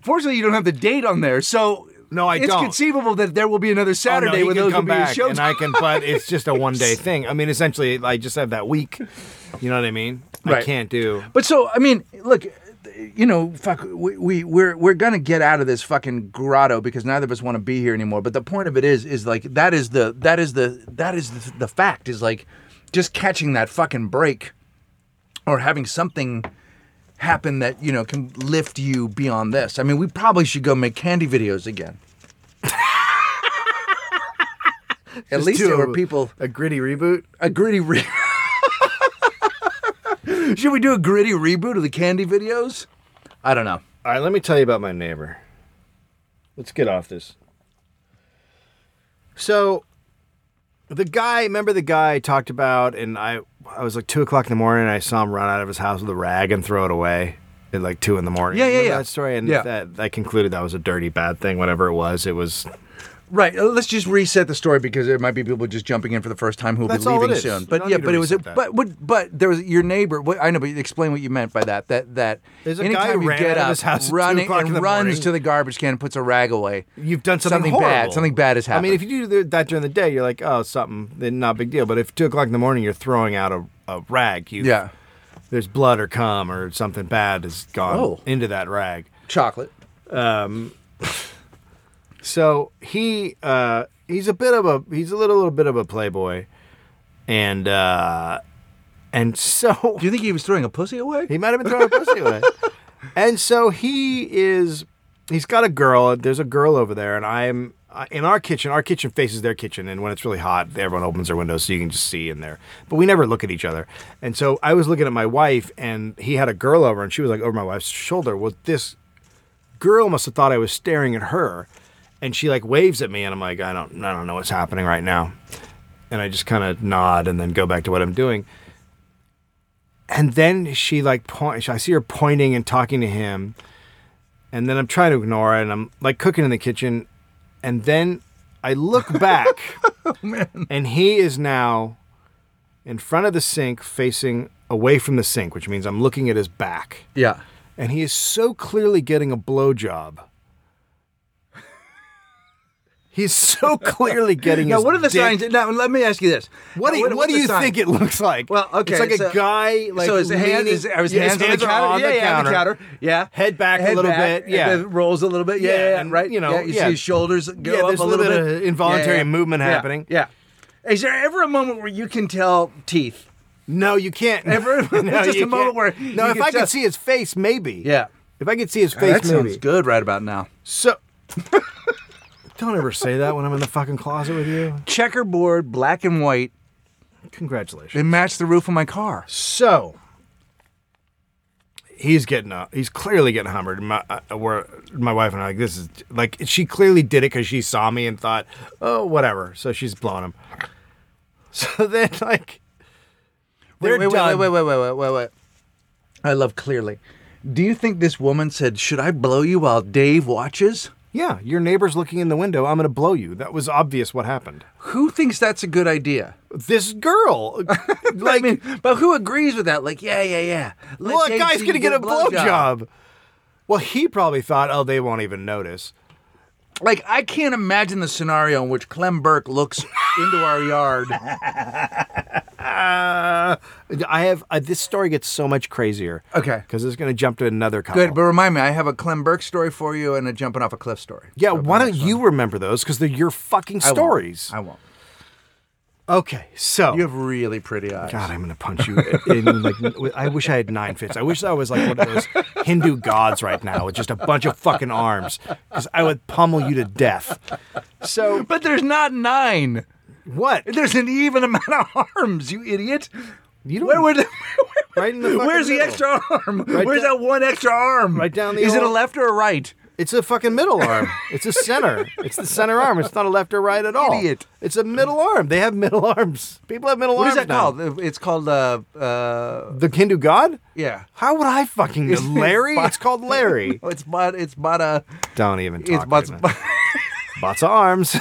B: Fortunately, you don't have the date on there, so
A: No, I
B: it's
A: don't.
B: conceivable that there will be
A: Oh,
B: another
A: no,
B: Saturday
A: he
B: where
A: can
B: those will
A: come
B: be his
A: back,
B: shows.
A: and I can. But it's just a one
B: (laughs)
A: day thing. I mean, essentially, I just have that week. You know what I mean? I
B: Right.
A: can't do.
B: But so I mean, look, you know, fuck, we, we we're we're gonna get out of this fucking grotto because neither of us want to be here anymore. But the point of it is, is like that is the that is the that is the, the fact is like just catching that fucking break or having something happen that you know can lift you beyond this. I mean, we probably should go make candy videos again. (laughs) At least
A: do
B: there
A: a-
B: were people
A: A gritty reboot.
B: a gritty re- (laughs) Should we do a gritty reboot of the candy videos? I don't know.
A: All right, let me tell you about my neighbor. Let's get off this. So, the guy, remember the guy I talked about, and I, I was like two o'clock in the morning, and I saw him run out of his house with a rag and throw it away at like two in the morning.
B: Yeah, yeah,
A: Remember
B: yeah.
A: That story, and
B: Yeah.
A: that I concluded that was a dirty, bad thing. Whatever it was, it was.
B: Right. uh, Let's just reset the story because there might be people just jumping in for the first time who'll
A: That's
B: be
A: all
B: leaving
A: it is.
B: soon.
A: You
B: But
A: don't
B: yeah,
A: need to
B: but it was a,
A: reset that.
B: but but but there was your neighbor. What, I know, but explain what you meant by that. That that
A: There's a guy
B: anytime
A: who
B: you
A: ran
B: get
A: out of
B: up,
A: his house at two
B: running
A: o'clock in
B: and
A: the
B: runs
A: morning.
B: to the garbage can and puts a rag away.
A: You've done something,
B: Something bad.
A: horrible.
B: Something bad has
A: I mean, if
B: happened.
A: you do that during the day, you're like, oh, something, then not a big deal. But if two o'clock in the morning, you're throwing out a, a rag, you
B: Yeah.
A: there's blood or cum or something bad has gone
B: Oh.
A: into that rag.
B: Chocolate.
A: So he uh, he's a bit of a he's a little, little bit of a playboy, and uh, and (laughs) so
B: Do you think he was throwing a pussy away?
A: he might have been throwing a pussy away. And so he is he's got a girl. There's a girl over there, and I'm uh, in our kitchen, our kitchen faces their kitchen, and when it's really hot, everyone opens their windows so you can just see in there. But we never look at each other. And so I was looking at my wife, and he had a girl over, and she was like over my wife's shoulder. Well, this girl must have thought I was staring at her, and she like waves at me, and I'm like, I don't, I don't know what's happening right now, and I just kind of nod and then go back to what I'm doing. And then she like point. I see her pointing and talking to him, and then I'm trying to ignore it, and I'm like cooking in the kitchen, and then I
B: (laughs)
A: look back,
B: Oh,
A: and he is now in front of the sink, facing away from the sink, which means I'm looking at his back
B: Yeah.
A: and he is so clearly getting a
B: (laughs)
A: blowjob. He's so clearly getting.
B: Now,
A: his
B: what are the
A: dick-
B: signs? Now, let me ask you this.
A: What do you,
B: Now,
A: what,
B: what
A: do
B: are
A: you
B: the signs?
A: think it looks like?
B: Well, okay,
A: it's like a
B: so-
A: guy like
B: so his hand
A: leaning-
B: is are his
A: Yeah,
B: hands, on the counter.
A: on
B: yeah,
A: the
B: yeah, on the counter. Yeah.
A: Head back a little
B: back,
A: bit, yeah.
B: and then rolls a little bit. Yeah,
A: Yeah,
B: yeah, yeah,
A: and,
B: right.
A: you know,
B: yeah, you
A: yeah.
B: see his shoulders go
A: Yeah,
B: up
A: there's
B: a little, bit.
A: of involuntary
B: Yeah, yeah.
A: movement
B: Yeah,
A: happening.
B: Yeah. Is there ever a moment where you can tell teeth?
A: No, you can't.
B: (laughs) Ever-
A: (laughs) No,
B: just a
A: you
B: moment
A: can't.
B: where
A: no,
B: you
A: if
B: can
A: I could
B: tell-
A: see his face, maybe.
B: Yeah.
A: If I could see his face,
B: That
A: maybe.
B: sounds good right about now. (laughs)
A: So, don't ever say that when I'm in the fucking closet with you.
B: Checkerboard, black and white.
A: Congratulations.
B: They match the roof of my car.
A: So he's getting up. He's clearly getting hammered. My, uh, we're, my wife and I like this is like she clearly did it because she saw me and thought, oh, whatever. So she's blowing him. (laughs) So then like they're
B: wait, wait,
A: done.
B: wait, wait, wait, wait, wait, wait. I love clearly. Do you think this woman said, "Should I blow you while Dave watches"?
A: Yeah, your neighbor's looking in the window. I'm gonna blow you. That was obvious what happened.
B: Who thinks that's a good idea?
A: This
B: (laughs)
A: girl, like,
B: I mean, but who agrees with that? Like, yeah, yeah, yeah. Let
A: well, a
B: Dave
A: guy's
B: see
A: gonna
B: you
A: get a
B: blowjob.
A: blowjob. Well, he probably thought, oh, they won't even notice.
B: Like, I can't imagine the scenario in which Clem Burke looks into our (laughs) yard.
A: Uh, I have uh, this story gets so much crazier.
B: Okay.
A: because it's going to jump to another couple.
B: Good, but remind me, I have a Clem Burke story for you and a jumping off a cliff story.
A: yeah, why don't you remember those? Because they're your fucking
B: I won't.
A: stories.
B: I won't.
A: Okay, so
B: You have really pretty eyes.
A: God, I'm going to punch you in like. with- I wish I had nine fists. I wish I was like one of those Hindu gods right now with just a bunch of fucking arms, because I would pummel you to death. So
B: But there's not nine.
A: what?
B: There's an even amount of arms, you idiot.
A: You don't-
B: Where would the- (laughs)
A: Right in the fucking
B: Where's the
A: middle.
B: extra arm? Where's
A: down-
B: that one extra arm?
A: Right down the
B: Is it a
A: old-
B: left or a right?
A: It's a fucking middle arm. It's a center. It's the center arm. It's not a left or right at all.
B: Idiot.
A: It's a middle arm. They have middle arms. People have middle
B: What is
A: arms.
B: that
A: now.
B: called? It's called uh uh
A: The Hindu god?
B: yeah.
A: How would I fucking
B: (laughs) It's-
A: Larry? It's called Larry.
B: Oh, it's but it's but uh
A: Don't even talk.
B: (laughs) it's butts. (laughs)
A: right now. Bots of arms.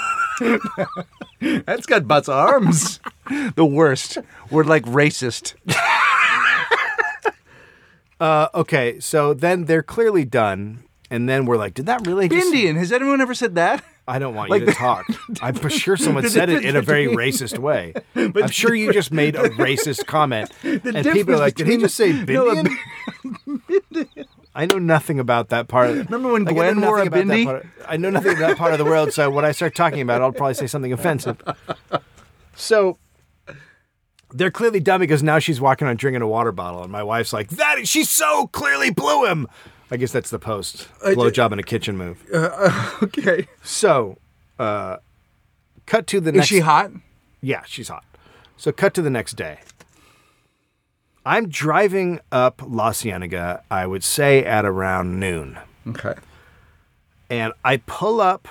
A: (laughs)
B: That's got butts (laughs) arms. the worst. We're like racist.
A: Uh, okay, so then they're clearly done, and then we're like, did that really? Just...
B: Indian. Has anyone ever said that?
A: I don't want
B: Like
A: you to talk. I'm for
B: (laughs)
A: sure someone said it in a very racist way. I'm sure you just made a racist comment,
B: (laughs)
A: and people are
B: difference
A: like, did he
B: between
A: just say
B: the- (laughs) no, a
A: Bindian?
B: (laughs)
A: I know nothing about that part.
B: Remember when
A: Like, I know
B: Gwen
A: nothing
B: wore a
A: about that
B: bindi?
A: part of- I know nothing about that part of the world, so when I start talking about it, I'll probably say something offensive. So they're clearly dumb because now she's walking on drinking a water bottle, and my wife's like, "That is- she so clearly blew him." I guess that's the post blowjob in a kitchen move.
B: Okay.
A: So, uh, cut to the
B: Is
A: next.
B: she hot?
A: Yeah, she's hot. So cut to the next day. I'm driving up La Cienega, I would say at around noon.
B: (laughs) Okay.
A: And I pull up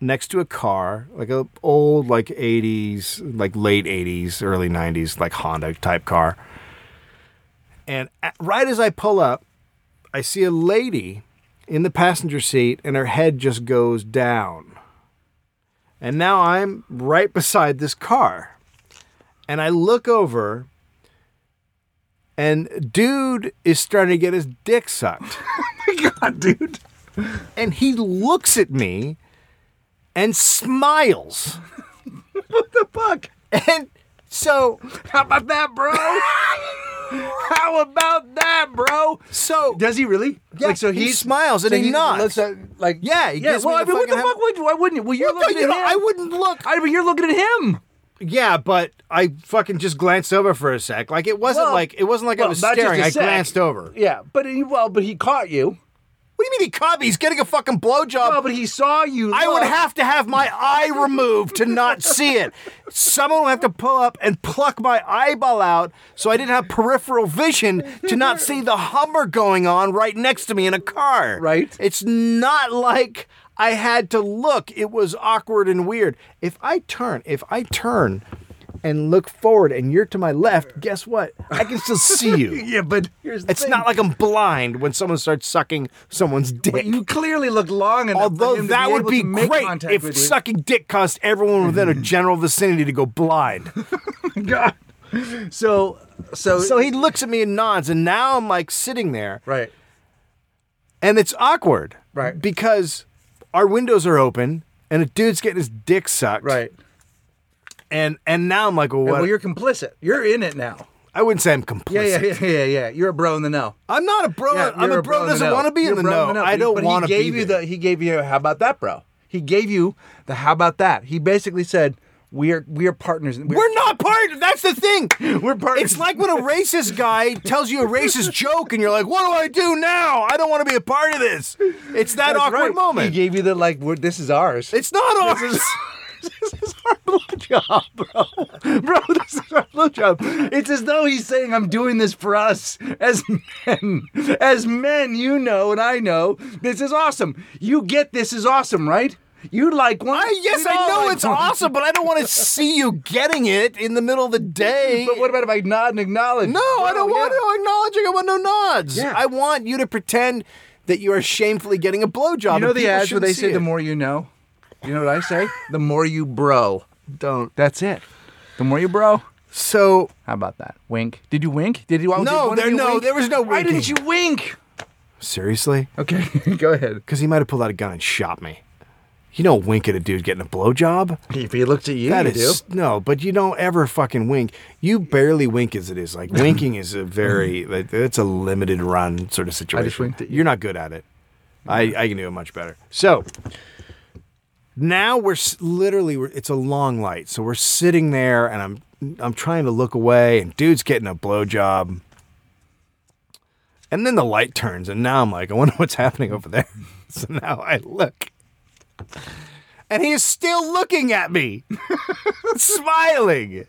A: next to a car, like a old like 80s, like late 80s, early 90s like Honda type car. And at- right as I pull up, I see a lady in the passenger seat and her head just goes down. And now I'm right beside this car. And I look over and dude is starting to get his dick sucked.
B: God, dude.
A: and he looks at me and smiles.
B: What the fuck?
A: And so
B: How about that, (laughs) bro? How about that, bro?
A: so
B: Does he really?
A: Yeah,
B: like so
A: he
B: he's,
A: smiles and
B: so
A: he nods.
B: looks at- like
A: Yeah, he gives
B: Well,
A: me
B: I
A: the
B: mean, what the
A: fucking
B: fuck?
A: hand-
B: Would, why wouldn't you? Well, you're
A: Well,
B: looking
A: you
B: at
A: know,
B: him.
A: I wouldn't look.
B: I mean, you're looking at him.
A: Yeah, but I fucking just glanced over for a sec. Like it wasn't
B: Well,
A: like it wasn't like I
B: well,
A: was
B: not just
A: staring.
B: a
A: I
B: sec.
A: glanced over.
B: Yeah, but he, well, but he caught you.
A: What do you mean he caught me? He's getting a fucking blowjob.
B: Oh, but he saw you.
A: I would
B: look.
A: have to have my eye removed to not see it. Someone would have to pull up and pluck my eyeball out so I didn't have peripheral vision to not see the Hummer going on right next to me in a car.
B: Right.
A: It's not like I had to look. It was awkward and weird. If I turn, if I turn and look forward and you're to my left, guess what? I can still see you.
B: Yeah, but (laughs) here's the
A: It's
B: thing.
A: not like I'm blind when someone starts sucking someone's dick.
B: you clearly looked long enough. for
A: Although
B: him to
A: that
B: be
A: would
B: able
A: be
B: to make
A: great
B: contact
A: if
B: with
A: (laughs)
B: you. Mm-hmm.
A: sucking dick caused everyone within a general vicinity to go blind.
B: God. (laughs) So, uh, so,
A: so he looks at me and nods, and now I'm like sitting there,
B: right.
A: and it's awkward,
B: Right.
A: Because our windows are open, and a dude's getting his dick sucked,
B: Right.
A: And and now I'm like, well, what?
B: Well, you're complicit. You're in it now.
A: I wouldn't say I'm complicit.
B: Yeah, yeah, yeah, yeah, yeah. You're a bro in the know.
A: I'm not a bro.
B: Yeah,
A: I'm
B: you're
A: a bro, that
B: in the
A: doesn't
B: know.
A: want to be
B: You're
A: in
B: a
A: the
B: bro
A: know. I don't
B: But
A: want to
B: He
A: be
B: gave you
A: there.
B: the. He gave you. How about that, bro? He gave you the. How about that? He basically said, "We are. We are partners. in-
A: We're not part. That's the thing.
B: (laughs) We're partners.
A: It's like when a racist guy tells you a racist joke, and you're like, "What do I do now? I don't want to be a part of this." It's that
B: That's
A: awkward
B: right.
A: moment.
B: He gave you the like. We're, this is ours.
A: it's not ours.
B: this is our (laughs) blowjob, bro. Bro, (laughs) this is our blowjob. It's as though he's saying, I'm doing this for us as men. As men, you know, and I know, this is awesome. You get this is awesome, right? You like one.
A: (laughs) I, yes,
B: We
A: I
B: all
A: know
B: like
A: it's
B: one.
A: awesome, but I don't want to see you getting it in the middle of the day.
B: (laughs) But what about if I nod and acknowledge?
A: no, I don't want no acknowledging. I want no nods.
B: Yeah.
A: I want you to pretend that you are shamefully getting a blowjob.
B: You know
A: and
B: the
A: people
B: ads where
A: shouldn't
B: they
A: see
B: say,
A: it.
B: the more you know? You know what I say? The more you bro.
A: don't.
B: That's it. The more you bro.
A: So
B: How about that? Wink. Did you wink? Did you? oh, did
A: No,
B: one of
A: there-
B: you
A: no,
B: wink?
A: there was no
B: Why didn't you
A: winking.
B: wink?
A: seriously,
B: Okay, (laughs) go ahead.
A: because he might have pulled out a gun and shot me. You don't wink at a dude getting a blowjob.
B: If he looked at you,
A: That
B: you
A: is no, but you don't ever fucking wink. You barely wink as it is.
B: (laughs)
A: Like winking is a very like, it's a limited run sort of situation.
B: winked at you.
A: You're not good at it. I I can do it much better. So now we're s- literally we're, it's a long light, so we're sitting there, and I'm I'm trying to look away, and dude's getting a blowjob. And then the light turns, and now I'm like, I wonder what's happening over there. (laughs) So now I look. And he is still looking at
B: (laughs)
A: me, smiling.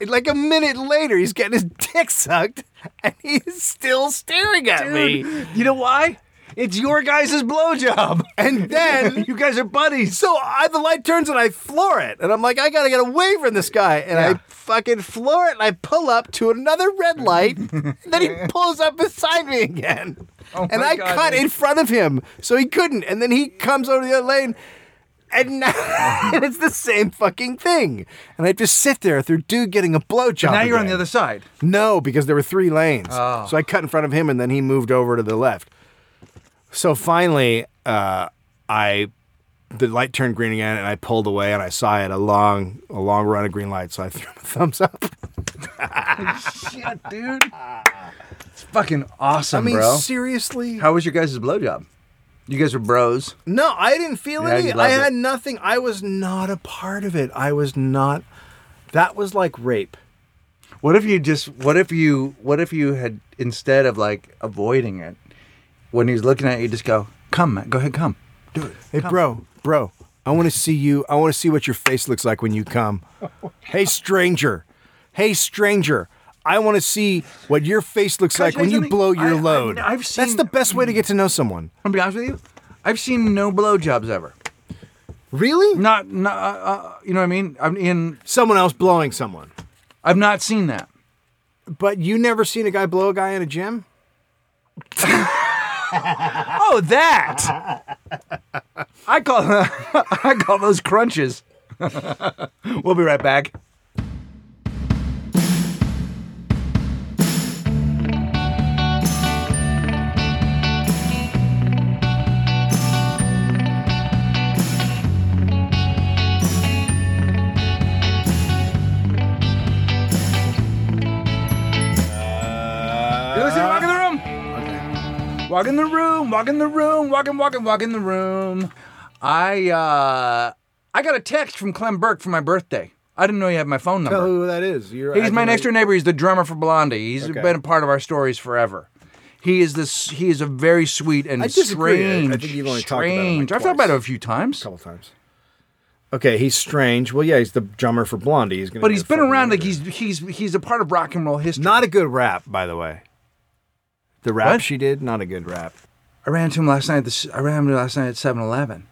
A: And like a minute later, he's getting his dick sucked, and he's still staring at me.
B: You know why? It's your guys' blowjob.
A: And then
B: (laughs) you guys are buddies.
A: So I, the light turns and I floor it, and I'm like, I gotta get away from this guy, and
B: Yeah.
A: I fucking floor it, and I pull up to another red light, and then
B: (laughs)
A: he pulls up beside me again,
B: Oh
A: and
B: my
A: I
B: God,
A: cut
B: man.
A: in front of him, so he couldn't, and then he comes over to the other lane. And now (laughs) and it's the same fucking thing. And I just sit there through dude getting a blowjob.
B: Now you're on the
A: again.
B: other side.
A: No, because there were three lanes.
B: Oh.
A: So I cut in front of him and then he moved over to the left. So finally, uh, I the light turned green again and I pulled away and I saw it a long a long run of green light, so I (laughs) threw him a thumbs up.
B: Shit, dude. (laughs) It's fucking awesome,
A: I mean,
B: bro.
A: seriously?
B: How was your guys' blowjob? You guys were bros.
A: No, I didn't feel
B: Yeah,
A: any.
B: you
A: I
B: loved
A: had
B: it.
A: nothing. I was not a part of it. I was not that was like rape.
B: What if you just? What if you? What if you had instead of like avoiding it, when he's looking at you, just go, "Come, man, go ahead, come, do it."
A: Hey bro, bro, I wanna see you I wanna see what your face looks like when you come. Hey stranger. Hey stranger. I want to see what your face looks
B: Can I
A: like
B: tell
A: when
B: you
A: you
B: something?
A: blow your
B: I- I-
A: load.
B: I've
A: That's
B: seen-
A: the best way to get to know someone.
B: I'm gonna be honest with you. I've seen no blowjobs ever.
A: Really?
B: Not, not, uh, uh, you know what I mean? I'm in.
A: Someone else blowing someone.
B: I've not seen that.
A: But you never seen a guy blow a guy in a gym?
B: (laughs) Oh, that! I call (laughs) I call those crunches. (laughs) we'll be right back. You listen, walk in the room. Walk in the room. Walk in the room. Walk in, walk in, walk in the room. I uh, I got a text from Clem Burke for my birthday. I didn't know he had my phone number.
A: Tell who that is. You're
B: He's my next door neighbor. He's the drummer for Blondie. He's
A: Okay.
B: been a part of our stories forever. He is this. He is a very sweet and
A: I disagree. I- I
B: strange.
A: think you've only talked about him, like,
B: strange. I've talked about
A: twice.
B: it a few times,
A: couple times. Okay, he's strange. Well, yeah, he's the drummer for Blondie. He's gonna
B: but
A: be
B: he's
A: a
B: been
A: fucking
B: around. Like
A: murderer.
B: he's he's he's a part of rock and roll history.
A: not a good rap, by the way. The rap
B: What?
A: she did, not a good rap.
B: I ran into him last night. At the, I ran into him last night at 7-Eleven.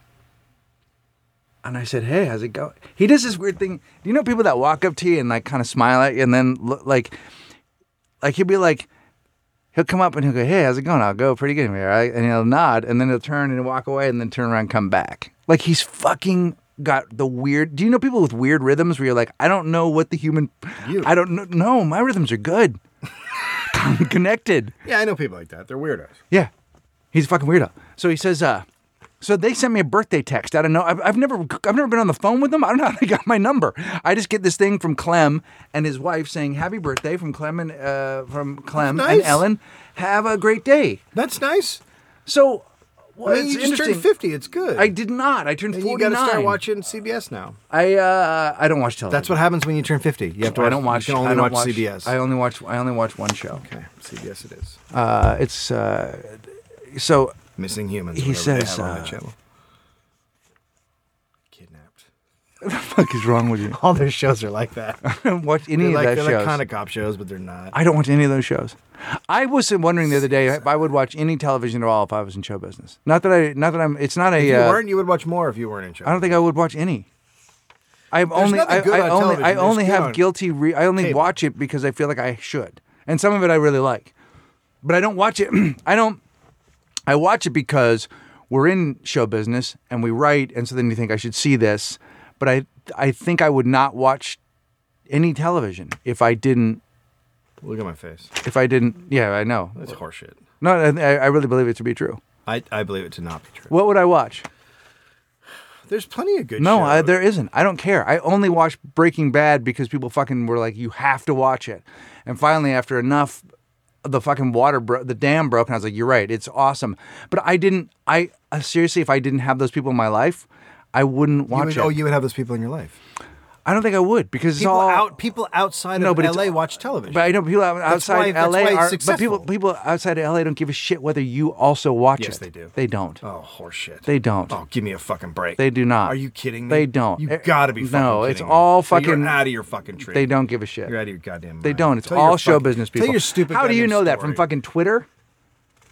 B: And I said, "Hey, how's it going?" He does this weird thing. Do you know people that walk up to you and like kind of smile at you, and then look, like, like he'll be like, he'll come up and he'll go, "Hey, how's it going?" I'll go, "Pretty good, man." Right? And he'll nod, and then he'll turn and walk away, and then turn around, and come back. Like he's fucking got the weird. Do you know people with weird rhythms where you're like, I don't know what the human,
A: You.
B: I don't know. No, my rhythms are good. (laughs) I'm connected.
A: Yeah, I know people like that. They're weirdos.
B: Yeah. He's a fucking weirdo. So he says, uh, so they sent me a birthday text. I don't know. I've, I've never I've never been on the phone with them. I don't know how they got my number. I just get this thing from Clem and his wife saying happy birthday from Clem and uh, from Clem
A: That's
B: and
A: nice.
B: Ellen. Have a great day.
A: That's nice.
B: So
A: I
B: well,
A: mean,
B: it's
A: you just turned
B: interesting.
A: fifty. It's good.
B: I did not. I turned
A: And you
B: forty
A: got to
B: nine.
A: start watching CBS now.
B: I uh, I don't watch television.
A: That's what happens when you turn fifty. You have to.
B: I don't watch.
A: You can only
B: I don't
A: watch, CBS.
B: I only watch. I only watch one show.
A: okay, CBS it is.
B: Uh, it's uh, so
A: Missing humans.
B: he
A: whatever they
B: says,
A: have on
B: uh,
A: that channel. Kidnapped.
B: fuck is wrong with you?
A: All their shows are like that.
B: I don't (laughs) watch
A: (laughs)
B: any
A: they're
B: of
A: like,
B: that
A: they're
B: shows.
A: like kind of cop shows, but they're not.
B: I uh, don't watch any of those shows. I was wondering the other day if I would watch any television at all if I was in show business. Not that I, not that I'm. It's not a.
A: If you
B: uh,
A: weren't, you would watch more if you weren't in shows.
B: I don't think I would watch any. I've only,
A: nothing
B: I,
A: good
B: I
A: on
B: only, I
A: television. There's
B: only
A: good
B: have
A: on
B: guilty. Re- I only
A: cable.
B: watch it because I feel like I should, and some of it I really like, but I don't watch it. (clears throat) I don't. I watch it because we're in show business and we write, and so then you think I should see this, but I, I think I would not watch any television if I didn't.
A: Look at my face.
B: If I didn't, yeah, I know.
A: That's horseshit.
B: No, I, I really believe it to be true.
A: I, I believe it to not be true.
B: What would I watch?
A: There's plenty of good.
B: No, I,
A: shows.
B: there isn't. I don't care. I only watched Breaking Bad because people fucking were like, "You have to watch it." And finally, after enough, the fucking water, bro- the dam broke, and I was like, "You're right. It's awesome." But I didn't. I uh, seriously, if I didn't have those people in my life, I wouldn't
A: You
B: watch
A: would-
B: it.
A: oh, you would have those people in your life.
B: I don't think I would because
A: People
B: it's all
A: out. People outside
B: No,
A: of
B: but it's-
A: LA watch television.
B: But I know people out-
A: why-
B: outside
A: that's
B: LA
A: why it's
B: are. But
A: successful.
B: people, people outside LA don't give a shit whether you also watch
A: Yes,
B: it.
A: they do.
B: They don't.
A: oh, horseshit.
B: They don't.
A: Oh, give me a fucking break.
B: They do not.
A: Are you kidding me?
B: They don't.
A: You
B: It-
A: gotta be. Fucking
B: no, it's
A: kidding me.
B: all
A: You're
B: fucking-
A: out of your fucking tree.
B: They don't give a shit.
A: You're out of your goddamn.
B: They
A: mind.
B: don't. It's
A: Tell your
B: all show
A: fucking-
B: business people.
A: Tell your stupid.
B: How do you
A: goddamn
B: know that from
A: story.
B: fucking Twitter? (laughs)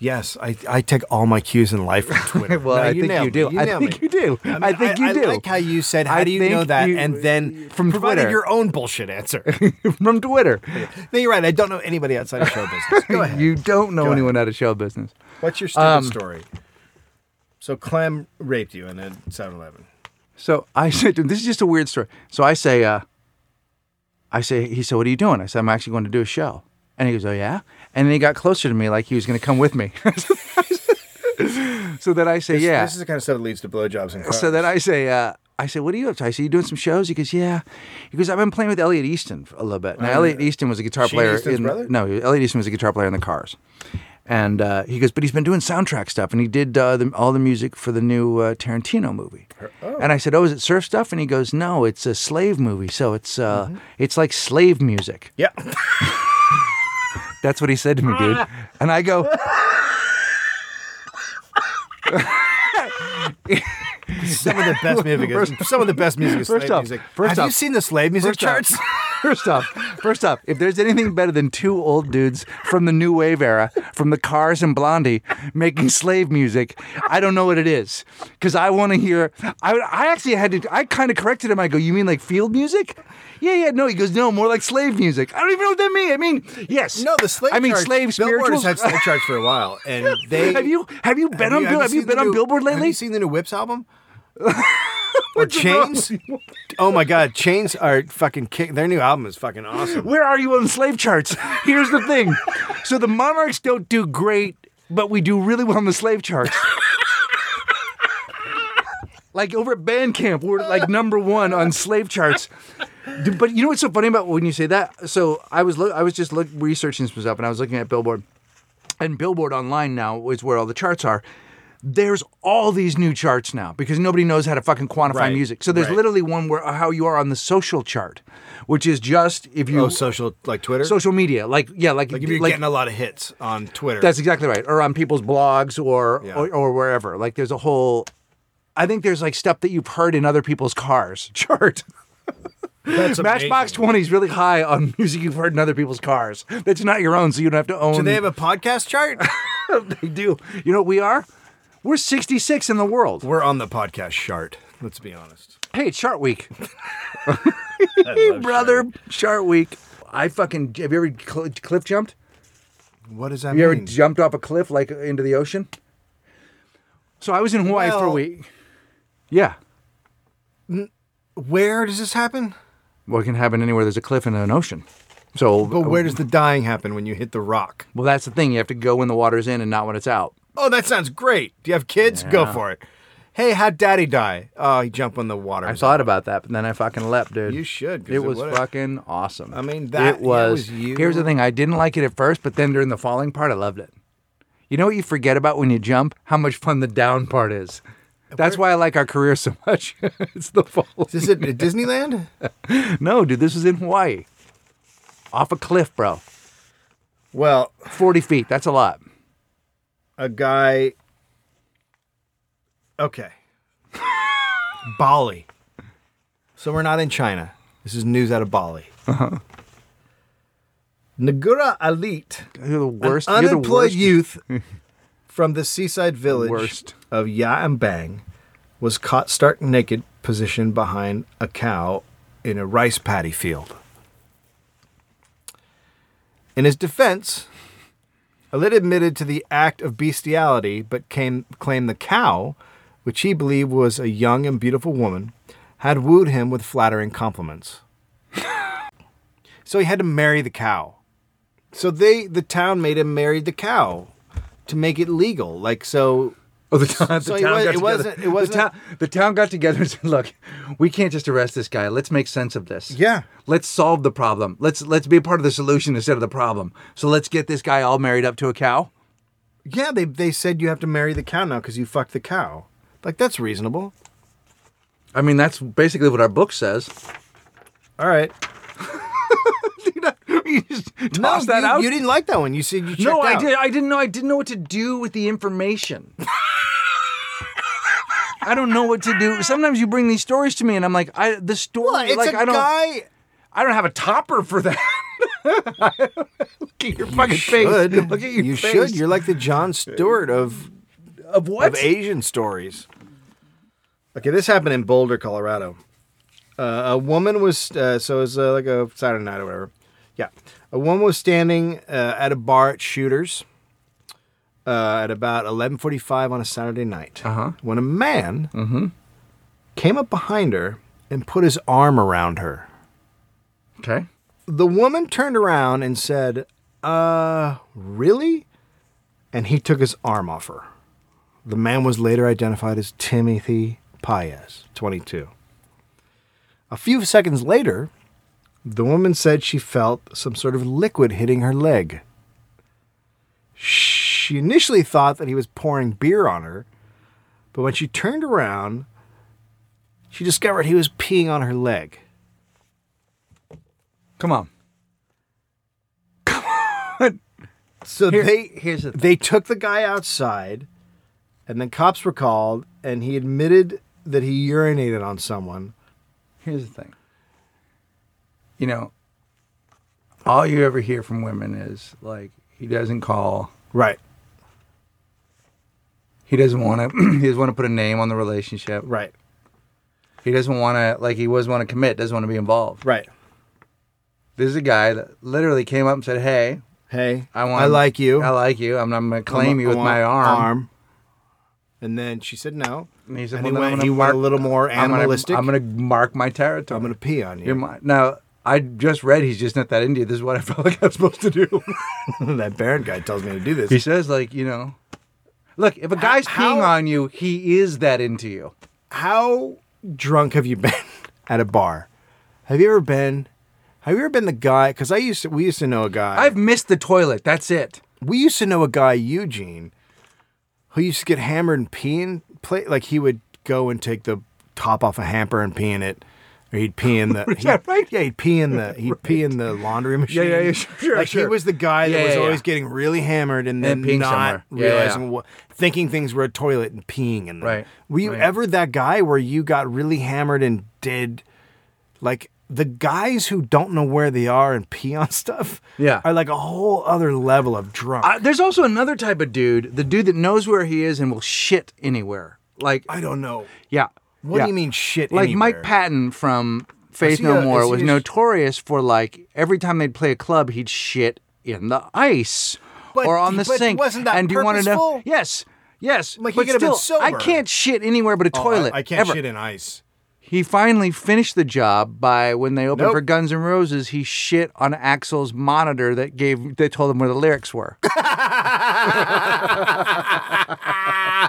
A: Yes, I I take all my cues in life
B: (laughs)
A: from Twitter.
B: Well,
A: No,
B: I think
A: nailed
B: you do.
A: me.
B: I
A: nailed
B: think
A: me.
B: you do.
A: mean,
B: I think you do.
A: like how you said. How
B: I
A: do you know
B: think
A: that?
B: you-
A: and then
B: from
A: provided
B: Twitter.
A: your own bullshit
B: (laughs)
A: answer. (laughs)
B: from Twitter.
A: no, you're right. I don't know anybody outside of show business. Go ahead.
B: You don't know
A: Go
B: anyone out of show business.
A: What's your stupid
B: Um,
A: story? So Clem raped you in a 7-Eleven.
B: So I (laughs) said to him, "This is just a weird story." So I say, uh, "I say," he said, "What are you doing?" I said, "I'm actually going to do a show." And he goes, "Oh yeah." And then he got closer to me, like he was going to come with me. (laughs) so then I say, "Yeah."
A: This is the kind of stuff that leads to blowjobs and cars.
B: So then I say, uh, I say, what are you up to? I say, you doing some shows? He goes, yeah. He goes, I've been playing with Elliot Easton for a little bit. Now, Elliot Easton was a guitar
A: Gene
B: player.
A: Easton's
B: in,
A: brother?
B: No, Elliot Easton was a guitar player in the Cars. And uh, he goes, but he's been doing soundtrack stuff, and he did uh, the, all the music for the new uh, Tarantino movie. And I said, oh, is it surf stuff? And he goes, no, it's a slave movie, so it's uh,
A: Mm-hmm.
B: it's like slave music.
A: yeah. (laughs)
B: That's what he said to me, dude. And I go,
A: Some of the
B: (laughs)
A: best music is some of the best music is
B: First
A: slave
B: off-
A: music.
B: first
A: Have you
B: off-
A: seen the slave music
B: First off-
A: charts?
B: (laughs) first off, first off, if there's anything better than two old dudes from the new wave era, from the Cars and Blondie, making slave music, I don't know what it is. Because I want to hear. I I actually had to. I kind of corrected him. I go, you mean like field music? Yeah, yeah. No, he goes, no, more like slave music. I don't even know what that means. I mean, yes.
A: No, the slave
B: I mean,
A: charts-
B: slave
A: Billboard has
B: spirituals.
A: had slave charts for a while,
B: (laughs)
A: and they
B: have you have you been on Bill- have you
A: seen
B: been
A: the
B: on
A: new-
B: Billboard
A: Have
B: lately?
A: you seen the new Whips
B: (laughs)
A: album? or Chains? oh my God, Chains are fucking kick. Their new album is fucking awesome.
B: Where are you on the slave charts? Here's the thing. So the monarchs don't do great, but we do really well on the slave charts. like over at Bandcamp, we're like number one on slave charts. D- But you know what's so funny about when you say that? So I was look, I was just look, researching some stuff, and I was looking at Billboard, and Billboard online now is where all the charts are. There's all these new charts now because nobody knows how to fucking quantify
A: Right,
B: music. So there's
A: right.
B: literally one where uh, how you are on the social chart, which is just if you
A: Oh, social like Twitter.
B: social media, like yeah, like
A: like if you're getting a lot of hits on Twitter.
B: that's exactly right. Or on people's blogs or,
A: Yeah.
B: or or wherever. Like there's a whole I think there's like stuff that you've heard in other people's cars (laughs) chart.
A: That's amazing.
B: Matchbox 20 is really high on (laughs) music you've heard in other people's cars. That's not your own, so you don't have to own.
A: Do they have a podcast chart?
B: they do. You know what we are? We're 66 in the
A: (laughs)
B: world.
A: We're on the podcast chart. Let's be honest.
B: Hey, it's Chart Week. (laughs) hey, (laughs) brother, Chart Week. I fucking have you ever cl- cliff jumped?
A: What does that
B: Have you ever
A: mean?
B: jumped off a cliff like into the ocean? So I was in Hawaii for a
A: Well-
B: week. Yeah.
A: where does this happen?
B: Well, it can happen anywhere there's a cliff and an ocean. So,
A: But where does the dying happen when you hit the rock?
B: well, that's the thing. You have to go when the water's in and not when it's out.
A: Oh, that sounds great. Do you have kids? Go for it. Hey, how'd daddy die? Oh, he jumped in the water.
B: I thought about that, but then I fucking leapt, dude.
A: You should, 'cause
B: It
A: it
B: was
A: would've-
B: fucking awesome.
A: I mean, that- that
B: it
A: was
B: was.
A: you.
B: Here's the thing: I didn't like it at first, but then during the falling part, I loved it. You know what you forget about when you jump? How much fun the down part is. That's why I like our career so (laughs) much. it's the fall.
A: Is it at
B: (laughs)
A: Disneyland?
B: No, dude, this was in Hawaii, off a cliff, bro.
A: well,
B: Forty feet. That's a lot.
A: a guy.
B: (laughs)
A: Okay. Bali. So we're not in China. This is news out of Bali. Uh-huh. Nagura Alit,
B: You're the
A: an
B: worst. You're the
A: unemployed
B: worst. (laughs)
A: youth from the seaside village
B: Worst.
A: of Yaambang, was caught stark naked, positioned behind a cow in a rice paddy field. In his defense, Alit admitted to the act of bestiality, but came, claimed the cow, which he believed was a young and beautiful woman, had wooed him with flattering
B: (laughs)
A: compliments. so he had to marry the cow. So they, the town, made him marry the cow to make it legal. Like so,
B: Oh, the town, the
A: So it
B: town
A: was-
B: got
A: it
B: together.
A: wasn't- it wasn't-
B: The town, the town got together and said, "Look, we can't just arrest this guy. Let's make sense of this.
A: Yeah.
B: let's solve the problem. Let's let's be a part of the solution instead of the problem. So let's get this guy all married up to a cow.
A: yeah, they they said you have to marry the cow now because you fucked the cow. Like that's reasonable.
B: I mean, that's basically what our book says. (laughs)
A: All right.
B: you just toss that
A: you,
B: out.
A: you didn't like that one. You said you checked
B: no, I
A: out.
B: did. I didn't know. I didn't know what to do with the information. I don't know what to do. Sometimes you bring these stories to me, and I'm like, I the story.
A: Well, it's
B: like,
A: a
B: I don't,
A: guy.
B: I don't have a topper for that. (laughs) Look at your fucking
A: Should.
B: face. Look at your
A: you
B: face.
A: should. You're like the John Stewart of
B: of what?
A: of Asian stories. Okay, this happened in Boulder, Colorado. Uh, a woman was uh, so it was uh, like a Saturday night or whatever. Yeah, a woman was standing uh, at a bar at Shooters uh, at about eleven forty-five on a Saturday night
B: Uh-huh.
A: when a man came up behind her and put his arm around her.
B: Okay.
A: The woman turned around and said, "Uh, really?" And he took his arm off her. The man was later identified as Timothy Paez, 22. A few seconds later, the woman said she felt some sort of liquid hitting her leg. She initially thought that he was pouring beer on her, but when she turned around, she discovered he was peeing on her leg.
B: Come on.
A: So
B: Here-
A: they
B: here's the thing.
A: they took the guy outside, and then cops were called, and he admitted that he urinated on someone.
B: Here's the thing. You know, all you ever hear from women is like he doesn't call.
A: Right,
B: He doesn't want to. (clears throat) he doesn't want to put a name on the relationship.
A: right,
B: He doesn't want to like he was want to commit. Doesn't want to be involved.
A: right.
B: This is a guy that literally came up and said, "Hey,
A: Hey,
B: I want.
A: I like you.
B: I like you. I'm, I'm gonna claim
A: I
B: you with
A: want
B: my arm."
A: And then she said no.
B: And he
A: And
B: said, "Well,
A: he
B: then I'm
A: went,
B: gonna
A: he went a
B: mark-
A: little more animalistic.
B: I'm gonna, I'm gonna mark my territory.
A: I'm gonna pee on (laughs)
B: You're
A: you.
B: my, now, I just read he's just not that Indian. This is what I felt like I was supposed
A: (laughs)
B: to do.
A: that Baron guy tells me to do this.
B: he says, like, you know, look, if a guy's
A: how-
B: peeing on you, he is that into you.
A: how drunk have you been (laughs) at a bar? Have you ever been? Have you ever been the guy? Because I used to, we used to know a guy.
B: I've missed the toilet. That's it.
A: we used to know a guy Eugene, who used to get hammered and pee in play like he would go and take the top off a hamper and pee in it. Or he'd pee
B: (laughs)
A: in the
B: that
A: he'd-
B: right?
A: Yeah, he'd pee in
B: (laughs)
A: the he'd pee in the laundry machine.
B: yeah, (laughs) yeah, sure, sure,
A: Like he
B: sure.
A: was the guy that
B: Yeah,
A: was
B: yeah,
A: always
B: yeah.
A: getting really hammered and then
B: And peeing
A: not
B: somewhere. Yeah, yeah,
A: realizing
B: yeah.
A: what thinking things were a toilet and peeing in them.
B: Right,
A: Were you
B: right.
A: ever that guy where you got really hammered and did like the guys who don't know where they are and pee on stuff
B: Yeah.
A: are uh, like a whole other level of drunk.
B: Uh, there's also another type of dude, the dude that knows where he is and will shit anywhere. Like,
A: I don't know.
B: yeah.
A: What
B: yeah.
A: do you mean shit?
B: Like Mike
A: anywhere?
B: Patton from
A: Is
B: Faith
A: he
B: No
A: a- is
B: More
A: he
B: was
A: a-
B: notorious for like every time they'd play a club, he'd shit in the ice
A: But-
B: or on the
A: but
B: sink.
A: wasn't that
B: and do you wanna
A: purposeful?
B: know? Yes. Yes.
A: Like, he
B: but
A: could've been
B: still, I
A: sober.
B: can't shit anywhere but a
A: Oh, I-
B: toilet.
A: I, can't
B: ever.
A: shit in ice.
B: He finally finished the job by when they opened
A: Nope.
B: for Guns N' Roses, he shit on Axel's monitor that gave that told him where the lyrics were.
A: That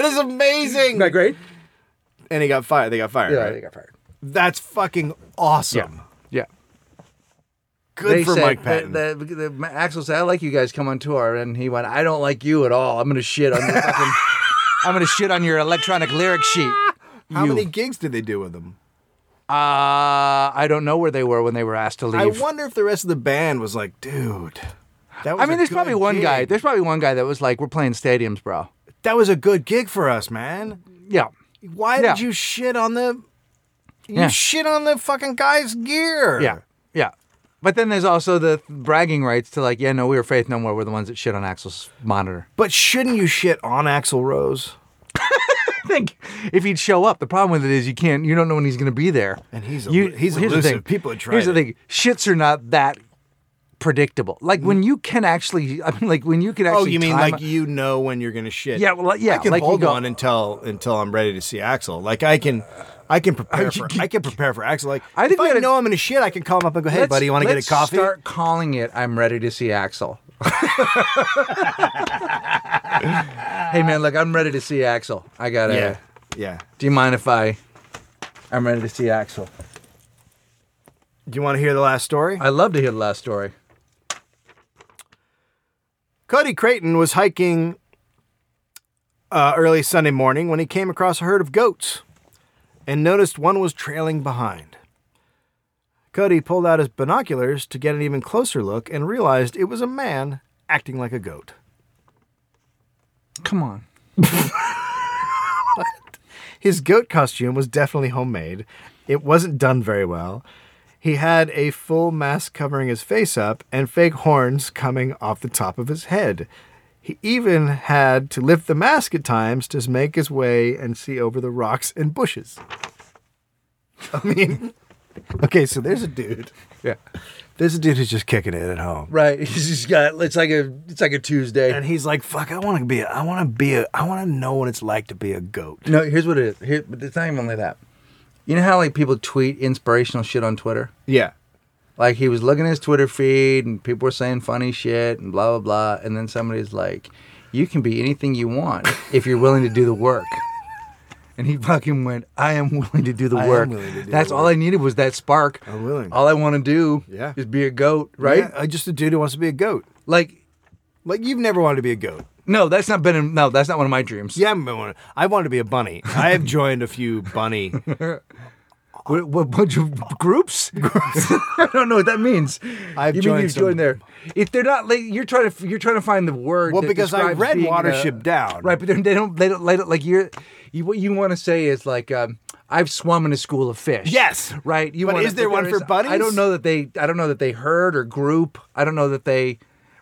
A: is amazing.
B: great?
A: And he got fired. They got fired.
B: Yeah,
A: right?
B: they got fired.
A: That's fucking awesome.
B: Yeah.
A: Good for Mike Patton.
B: The, the, the- Axel said, "I like you guys come on tour," and he went, "I don't like you at all. I'm gonna shit on your fucking, I'm gonna shit on your electronic lyric sheet."
A: How
B: you.
A: many gigs did they do with him?
B: Uh, I don't know where they were when they were asked to
A: I
B: leave.
A: wonder if the rest of the band was like, dude. That was
B: I
A: a
B: mean, there's
A: good
B: probably one
A: gig.
B: guy. There's probably one guy that was like, "We're playing stadiums, bro."
A: That was a good gig for us, man.
B: Yeah.
A: Why
B: Yeah.
A: did you shit on the? You
B: Yeah.
A: shit on the fucking guy's gear.
B: Yeah. Yeah. But then there's also the bragging rights to like, yeah, no, we were Faith No More. We're the ones that shit on Axel's monitor.
A: But shouldn't you shit on Axl Rose?
B: I (laughs) think if he'd show up, the problem with it is you can't, you don't know when he's going to be there.
A: And he's
B: You-
A: elu- he's
B: here's the
A: elusive.
B: thing.
A: People are trying.
B: Here's the thing: shits are not that predictable. Like when you can actually, I mean, like when you can actually.
A: Oh, you mean
B: time-
A: like you know when you're gonna shit?
B: Yeah, well, yeah,
A: I can
B: like you
A: hold
B: go-
A: on until until I'm ready to see Axel. Like I can, I
B: (laughs)
A: can prepare for I can prepare for Axel. Like
B: I think
A: if
B: we
A: I
B: gotta-
A: know I'm gonna shit, I can call him up and go, "Hey,
B: Let's-
A: buddy, you want to get a
B: let's
A: coffee?"
B: Start calling it. I'm ready to see Axel. (laughs) hey man, look, I'm ready to see Axel. I gotta.
A: yeah, yeah.
B: Do you mind if I? I'm ready to see Axel.
A: Do you want to hear the last story?
B: I'd love to hear the last story.
A: Cody Creighton was hiking uh, early Sunday morning when he came across a herd of goats and noticed one was trailing behind. Cody pulled out his binoculars to get an even closer look and realized it was a man acting like a goat.
B: Come on.
A: His goat costume was definitely homemade. It wasn't done very well. He had a full mask covering his face up and fake horns coming off the top of his head. He even had to lift the mask at times to make his way and see over the rocks and bushes. I mean, (laughs) okay, so there's a dude.
B: Yeah.
A: There's a dude who's just kicking it at home.
B: Right. (laughs) He's just got. It's like a. It's like a Tuesday.
A: And he's like, fuck, I want to be a, I want to be a, I want to know what it's like to be a goat.
B: No, here's what it is. Here, but it's not even like that. You know how like people tweet inspirational shit on Twitter?
A: Yeah.
B: Like he was looking at his Twitter feed and people were saying funny shit and blah blah blah. And then somebody's like, You can be anything you want if you're willing to do the work. And he fucking went, I am willing to do the
A: I am
B: work.
A: willing to do
B: That's
A: the
B: all I needed was that spark.
A: I'm willing.
B: All I want to do
A: Yeah.
B: is be a goat, right?
A: Yeah, uh, just a dude who wants to be a goat.
B: Like,
A: Like you've never wanted to be a goat.
B: no, that's not been in, no, that's not one of my dreams.
A: Yeah, I want. I want to be a bunny. I have joined a few bunny.
B: (laughs) What, what bunch of groups? (laughs) I don't know what that means.
A: I've
B: you
A: joined
B: mean you've
A: some-
B: joined there? If they're not, like, you're trying to you're trying to find the word.
A: Well,
B: that
A: because I
B: describes
A: read
B: being, uh,
A: Watership Down.
B: Right, but they're- they don't they don't they don't like you're. You, what you want to say is like um, I've swum in a school of fish.
A: Yes.
B: right. You
A: But
B: wanna-
A: is there one for bunnies?
B: I don't know that they. I don't know that they herd or group. I don't know that they.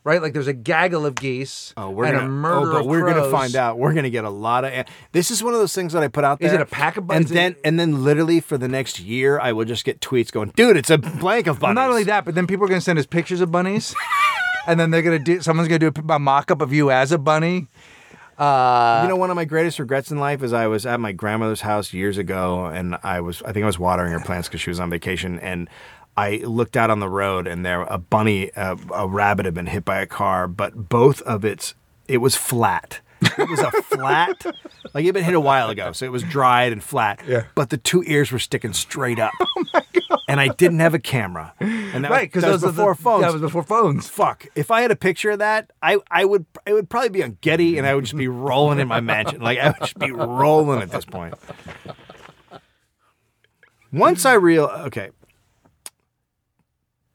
B: Right, like there's a gaggle of geese
A: (laughs) Oh, we're
B: and
A: gonna.
B: a murder
A: oh, but
B: of
A: we're gonna
B: crows.
A: find out. We're gonna get a lot of. This is one of those things that I put out there.
B: Is it a pack of bu-
A: And
B: is it-
A: then, and then, literally for the next year, I will just get tweets going, "Dude, it's a blank of bunnies."
B: Well, not only that, but then people are going to send us pictures of bunnies, and then they're going to do. Someone's going to do a, mock up of you as a bunny.
A: you
B: Uh,
A: know, one of my greatest regrets in life is I was at my grandmother's house years ago, and I was, I think I was watering her plants because she was on vacation, and I looked out on the road, and there a bunny, a, a rabbit had been hit by a car, but both of its, it was flat. It was a flat, (laughs) like it had been hit a while ago, so it was dried and flat.
B: Yeah.
A: But the two ears were sticking straight
B: (laughs)
A: up. Oh my god! And I didn't have a camera. And that
B: Right, because
A: because was,
B: those
A: that was before
B: the,
A: phones.
B: That was before phones.
A: Fuck! If I had a picture of that, I, I would it would probably be on Getty, and I would just be rolling in my mansion. Like I would just be rolling at this point. Once I real okay,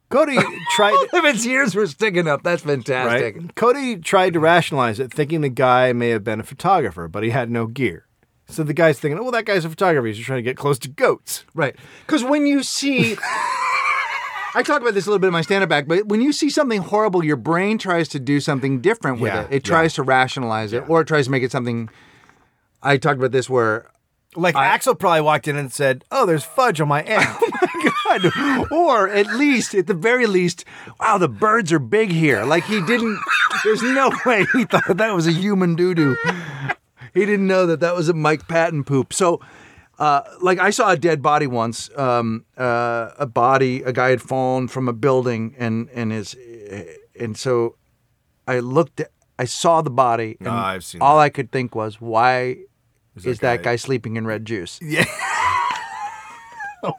A: Cody tried.
B: (laughs) If its ears were sticking up, that's fantastic.
A: Right? Cody tried to rationalize it, thinking the guy may have been a photographer, but he had no gear. So the guy's thinking, oh, well, that guy's a photographer. He's just trying to get close to goats.
B: Right. Because when you (laughs) see. I talked about this a little bit in my stand up back, but when you see something horrible, your brain tries to do something different with
A: Yeah,
B: it. It tries to rationalize it or it tries to make it something. I talked about this where.
A: Like Axel probably walked in and said, oh, there's fudge on my end. (laughs)
B: God. Or at least, at the very least, wow, the birds are big here. Like he didn't. There's no (laughs) way he thought that was a human doo doo. He didn't know that that was a Mike Patton poop. So, uh, like I saw a dead body once. Um, uh, a body, a guy had fallen from a building, and and his, and so, I looked. At, I saw the body, and
A: Ah, I've seen
B: all I could think was, why is,
A: that
B: that
A: guy-
B: guy sleeping in red juice? (laughs) Oh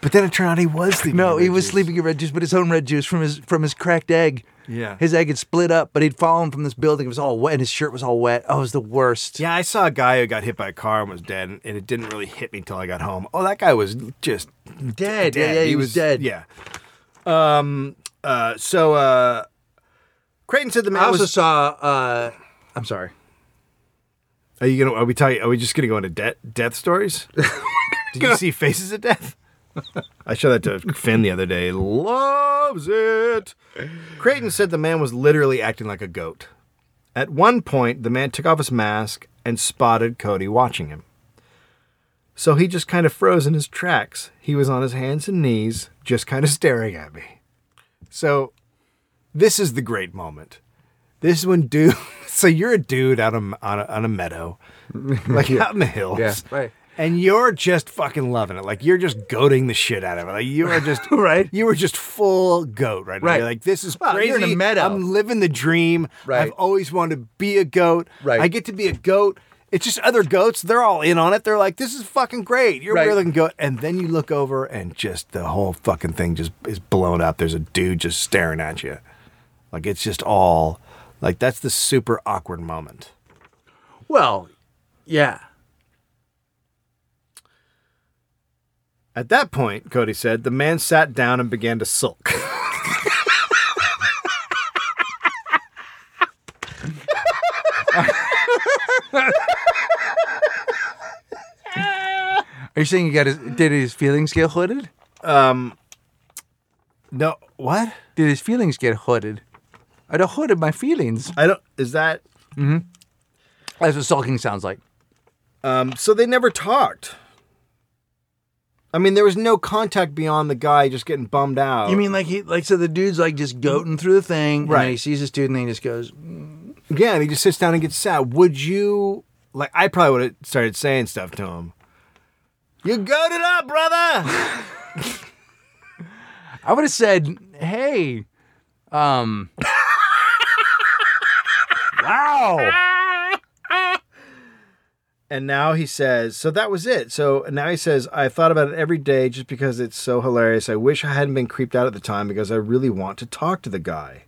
A: but then it turned out he was sleeping.
B: No,
A: in
B: he
A: red
B: was
A: juice.
B: sleeping in red juice, but his own red juice from his from his cracked egg.
A: Yeah.
B: his egg had split up, but he'd fallen from this building. It was all wet, and his shirt was all wet. Oh, it was the worst.
A: Yeah, I saw a guy who got hit by a car and was dead, and it didn't really hit me until I got home. Oh, that guy was just
B: Mm. dead. Yeah, yeah, he, was, dead.
A: Yeah. Um. Uh. So. Uh. Creighton said the man
B: I also
A: was
B: saw. Uh, I'm sorry.
A: Are you gonna? Are we talking? Are we just gonna go into de- death stories? Did you see Faces of Death? (laughs) I showed that to Finn the other day. Loves it. Creighton said the man was literally acting like a goat. At one point, the man took off his mask and spotted Cody watching him. So he just kind of froze in his tracks. He was on his hands and knees, just kind of (laughs) staring at me. So this is the great moment. This is when dude. (laughs) So you're a dude out on on a, on a (laughs) meadow, like out in the hills,
B: Yeah, right.
A: And you're just fucking loving it. Like you're just goading the shit out of it. Like you are just
B: (laughs) Right.
A: You were just full goat right now.
B: Right.
A: You're like this is
B: Well,
A: crazy.
B: you're in a meadow.
A: I'm living the dream.
B: Right.
A: I've always wanted to be a goat.
B: Right.
A: I get to be a goat. It's just other goats. They're all in on it. They're like, this is fucking great. You're a
B: Right.
A: weird looking goat. And then you look over and just the whole fucking thing just is blown up. There's a dude just staring at you. Like it's just all like that's the super awkward moment.
B: Well, yeah.
A: At that point, Cody said, the man sat down and began to sulk. (laughs)
B: Are you saying he got his? Did his feelings get hooded?
A: no, what?
B: Did his feelings get hooded? I'd have hooded my feelings.
A: I don't. Is that?
B: That's what sulking sounds like.
A: Um, so they never talked. I mean, there was no contact beyond the guy just getting bummed out.
B: You mean like he like so the dude's like just goating through the thing, and
A: Right.
B: then he sees this dude, and then he just goes,
A: Yeah, and he just sits down and gets sad. Would you like? I probably would have started saying stuff to him. You goaded up, brother.
B: I would have said, "Hey, um, wow,
A: (laughs) and now he says, so that was it. So now he says, I thought about it every day just because it's so hilarious. I wish I hadn't been creeped out at the time because I really want to talk to the guy.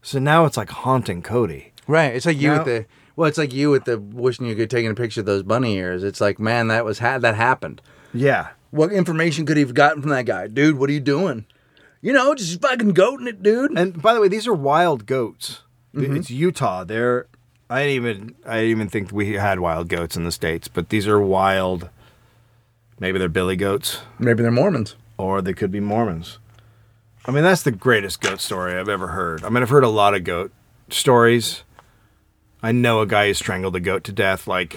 A: So now it's like haunting Cody.
B: right." It's like you
A: Now-
B: with the well, it's like you with the wishing you could taking a picture of those bunny ears. It's like, man, that was ha- that happened.
A: Yeah.
B: What information could he have gotten from that guy, dude? What are you doing? You know, just fucking goating it, dude.
A: And by the way, these are wild goats. Th- It's Utah. They're I didn't even I didn't even think we had wild goats in the states, but these are wild. Maybe they're billy goats,
B: Maybe they're Mormons.
A: or they could be Mormons. I mean, that's the greatest goat story I've ever heard. I mean, I've heard a lot of goat stories. I know a guy who strangled a goat to death.
B: (laughs)
A: Like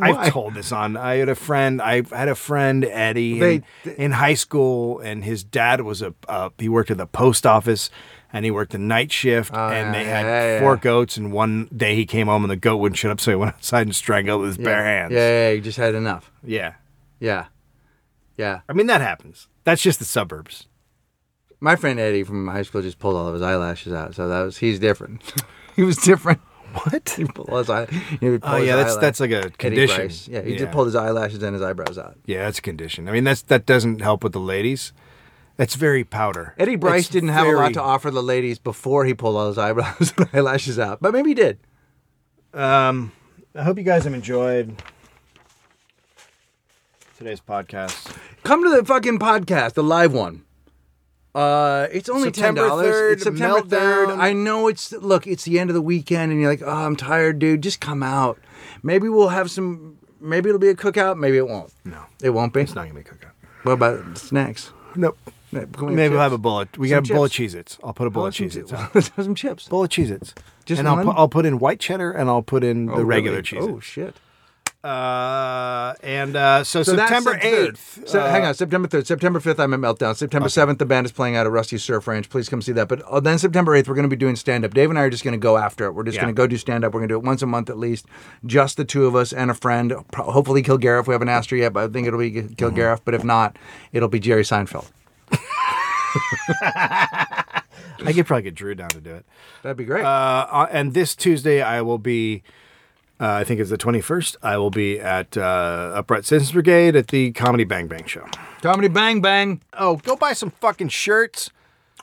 A: I've told this on. I had a friend. I had a friend Eddie in, in high school, and his dad was a. Uh, he worked at the post office, and he worked a night shift, and they
B: Oh, yeah,
A: had
B: yeah,
A: four
B: yeah.
A: goats. And one day he came home, and the goat wouldn't shut up, so he went outside and strangled it with his bare hands.
B: Yeah, yeah, yeah, you just had enough.
A: yeah.
B: Yeah, yeah.
A: I mean that happens. That's just the suburbs.
B: My friend Eddie from high school just pulled all of his eyelashes out, so that was he's different. (laughs) he was different.
A: What?
B: He pulled his eye. he would pull
A: Oh
B: his
A: yeah, that's
B: eyelash-
A: that's like a
B: Eddie
A: condition.
B: Grice. Yeah, he just pulled his eyelashes and his eyebrows out.
A: Yeah, that's a condition. I mean, that's that doesn't help with the ladies. That's very powder.
B: Eddie Bryce
A: It's
B: didn't have a
A: very-
B: lot to offer the ladies before he pulled all his eyebrows (laughs) and eyelashes out, but maybe he did.
A: Um, I hope you guys have enjoyed today's podcast.
B: Come to the fucking podcast, the live one. Uh, it's only
A: September
B: ten dollars.
A: 3rd,
B: It's September third.
A: Meltdown.
B: I know it's look. It's the end of the weekend, and you're like, oh, I'm tired, dude. Just come out. Maybe we'll have some. Maybe it'll be a cookout. Maybe it won't.
A: No,
B: It won't be.
A: it's not gonna be a cookout.
B: What about snacks?
A: Nope.
B: Maybe
A: Maybe we'll have a bullet. We
B: Some
A: got a bullet
B: chips.
A: cheese its. I'll put a bullet cheese its.
B: (laughs) some chips.
A: Bullet cheese its.
B: Just
A: and I'll
B: one?
A: put, I'll put in white cheddar and I'll put in the regular cheese.
B: Oh shit.
A: Uh, and uh, so,
B: So that's
A: September
B: Sep- third.
A: eighth. uh,
B: Se- hang on, September third, September fifth. I'm at Meltdown. September seventh, the band is playing out at Rusty Surf Ranch. Please come see that. But uh, then September eighth, we're going to be doing stand up. Dave and I are just going to go after it. We're just
A: Yeah.
B: going to go do stand up. We're going to do it once a month at least, just the two of us and a friend. Pro- hopefully Kilgariff. We haven't asked her yet, but I think it'll be G-
A: Mm-hmm.
B: Kilgariff. But if not, it'll be Jerry Seinfeld.
A: I could probably get Drew down to do it.
B: That'd be great.
A: Uh, and this Tuesday, I will be. Uh, I think it's the twenty first. I will be at uh, Upright Citizens Brigade at the Comedy Bang Bang show.
B: Comedy Bang Bang.
A: Oh, go buy some fucking shirts.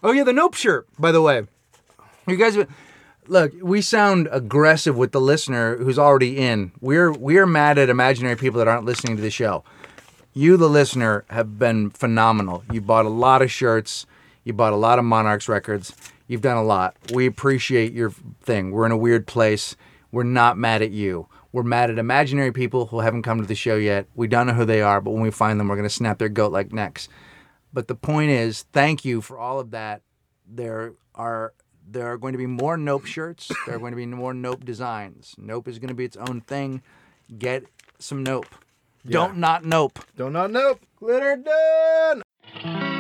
B: Oh yeah, the Nope shirt, by the way. You guys look, we sound aggressive with the listener who's already in. We're we're mad at imaginary people that aren't listening to the show. You the listener have been phenomenal. You bought a lot of shirts, you bought a lot of Monarchs records. You've done a lot. We appreciate your thing. We're in a weird place. We're not mad at you. We're mad at imaginary people who haven't come to the show yet. We don't know who they are, but when we find them, we're going to snap their goat like necks. But the point is, thank you for all of that. There are there are going to be more Nope shirts. There are going to be more Nope designs. Nope is going to be its own thing. Get some Nope. Don't not Nope.
A: Don't not nope. Glitter done.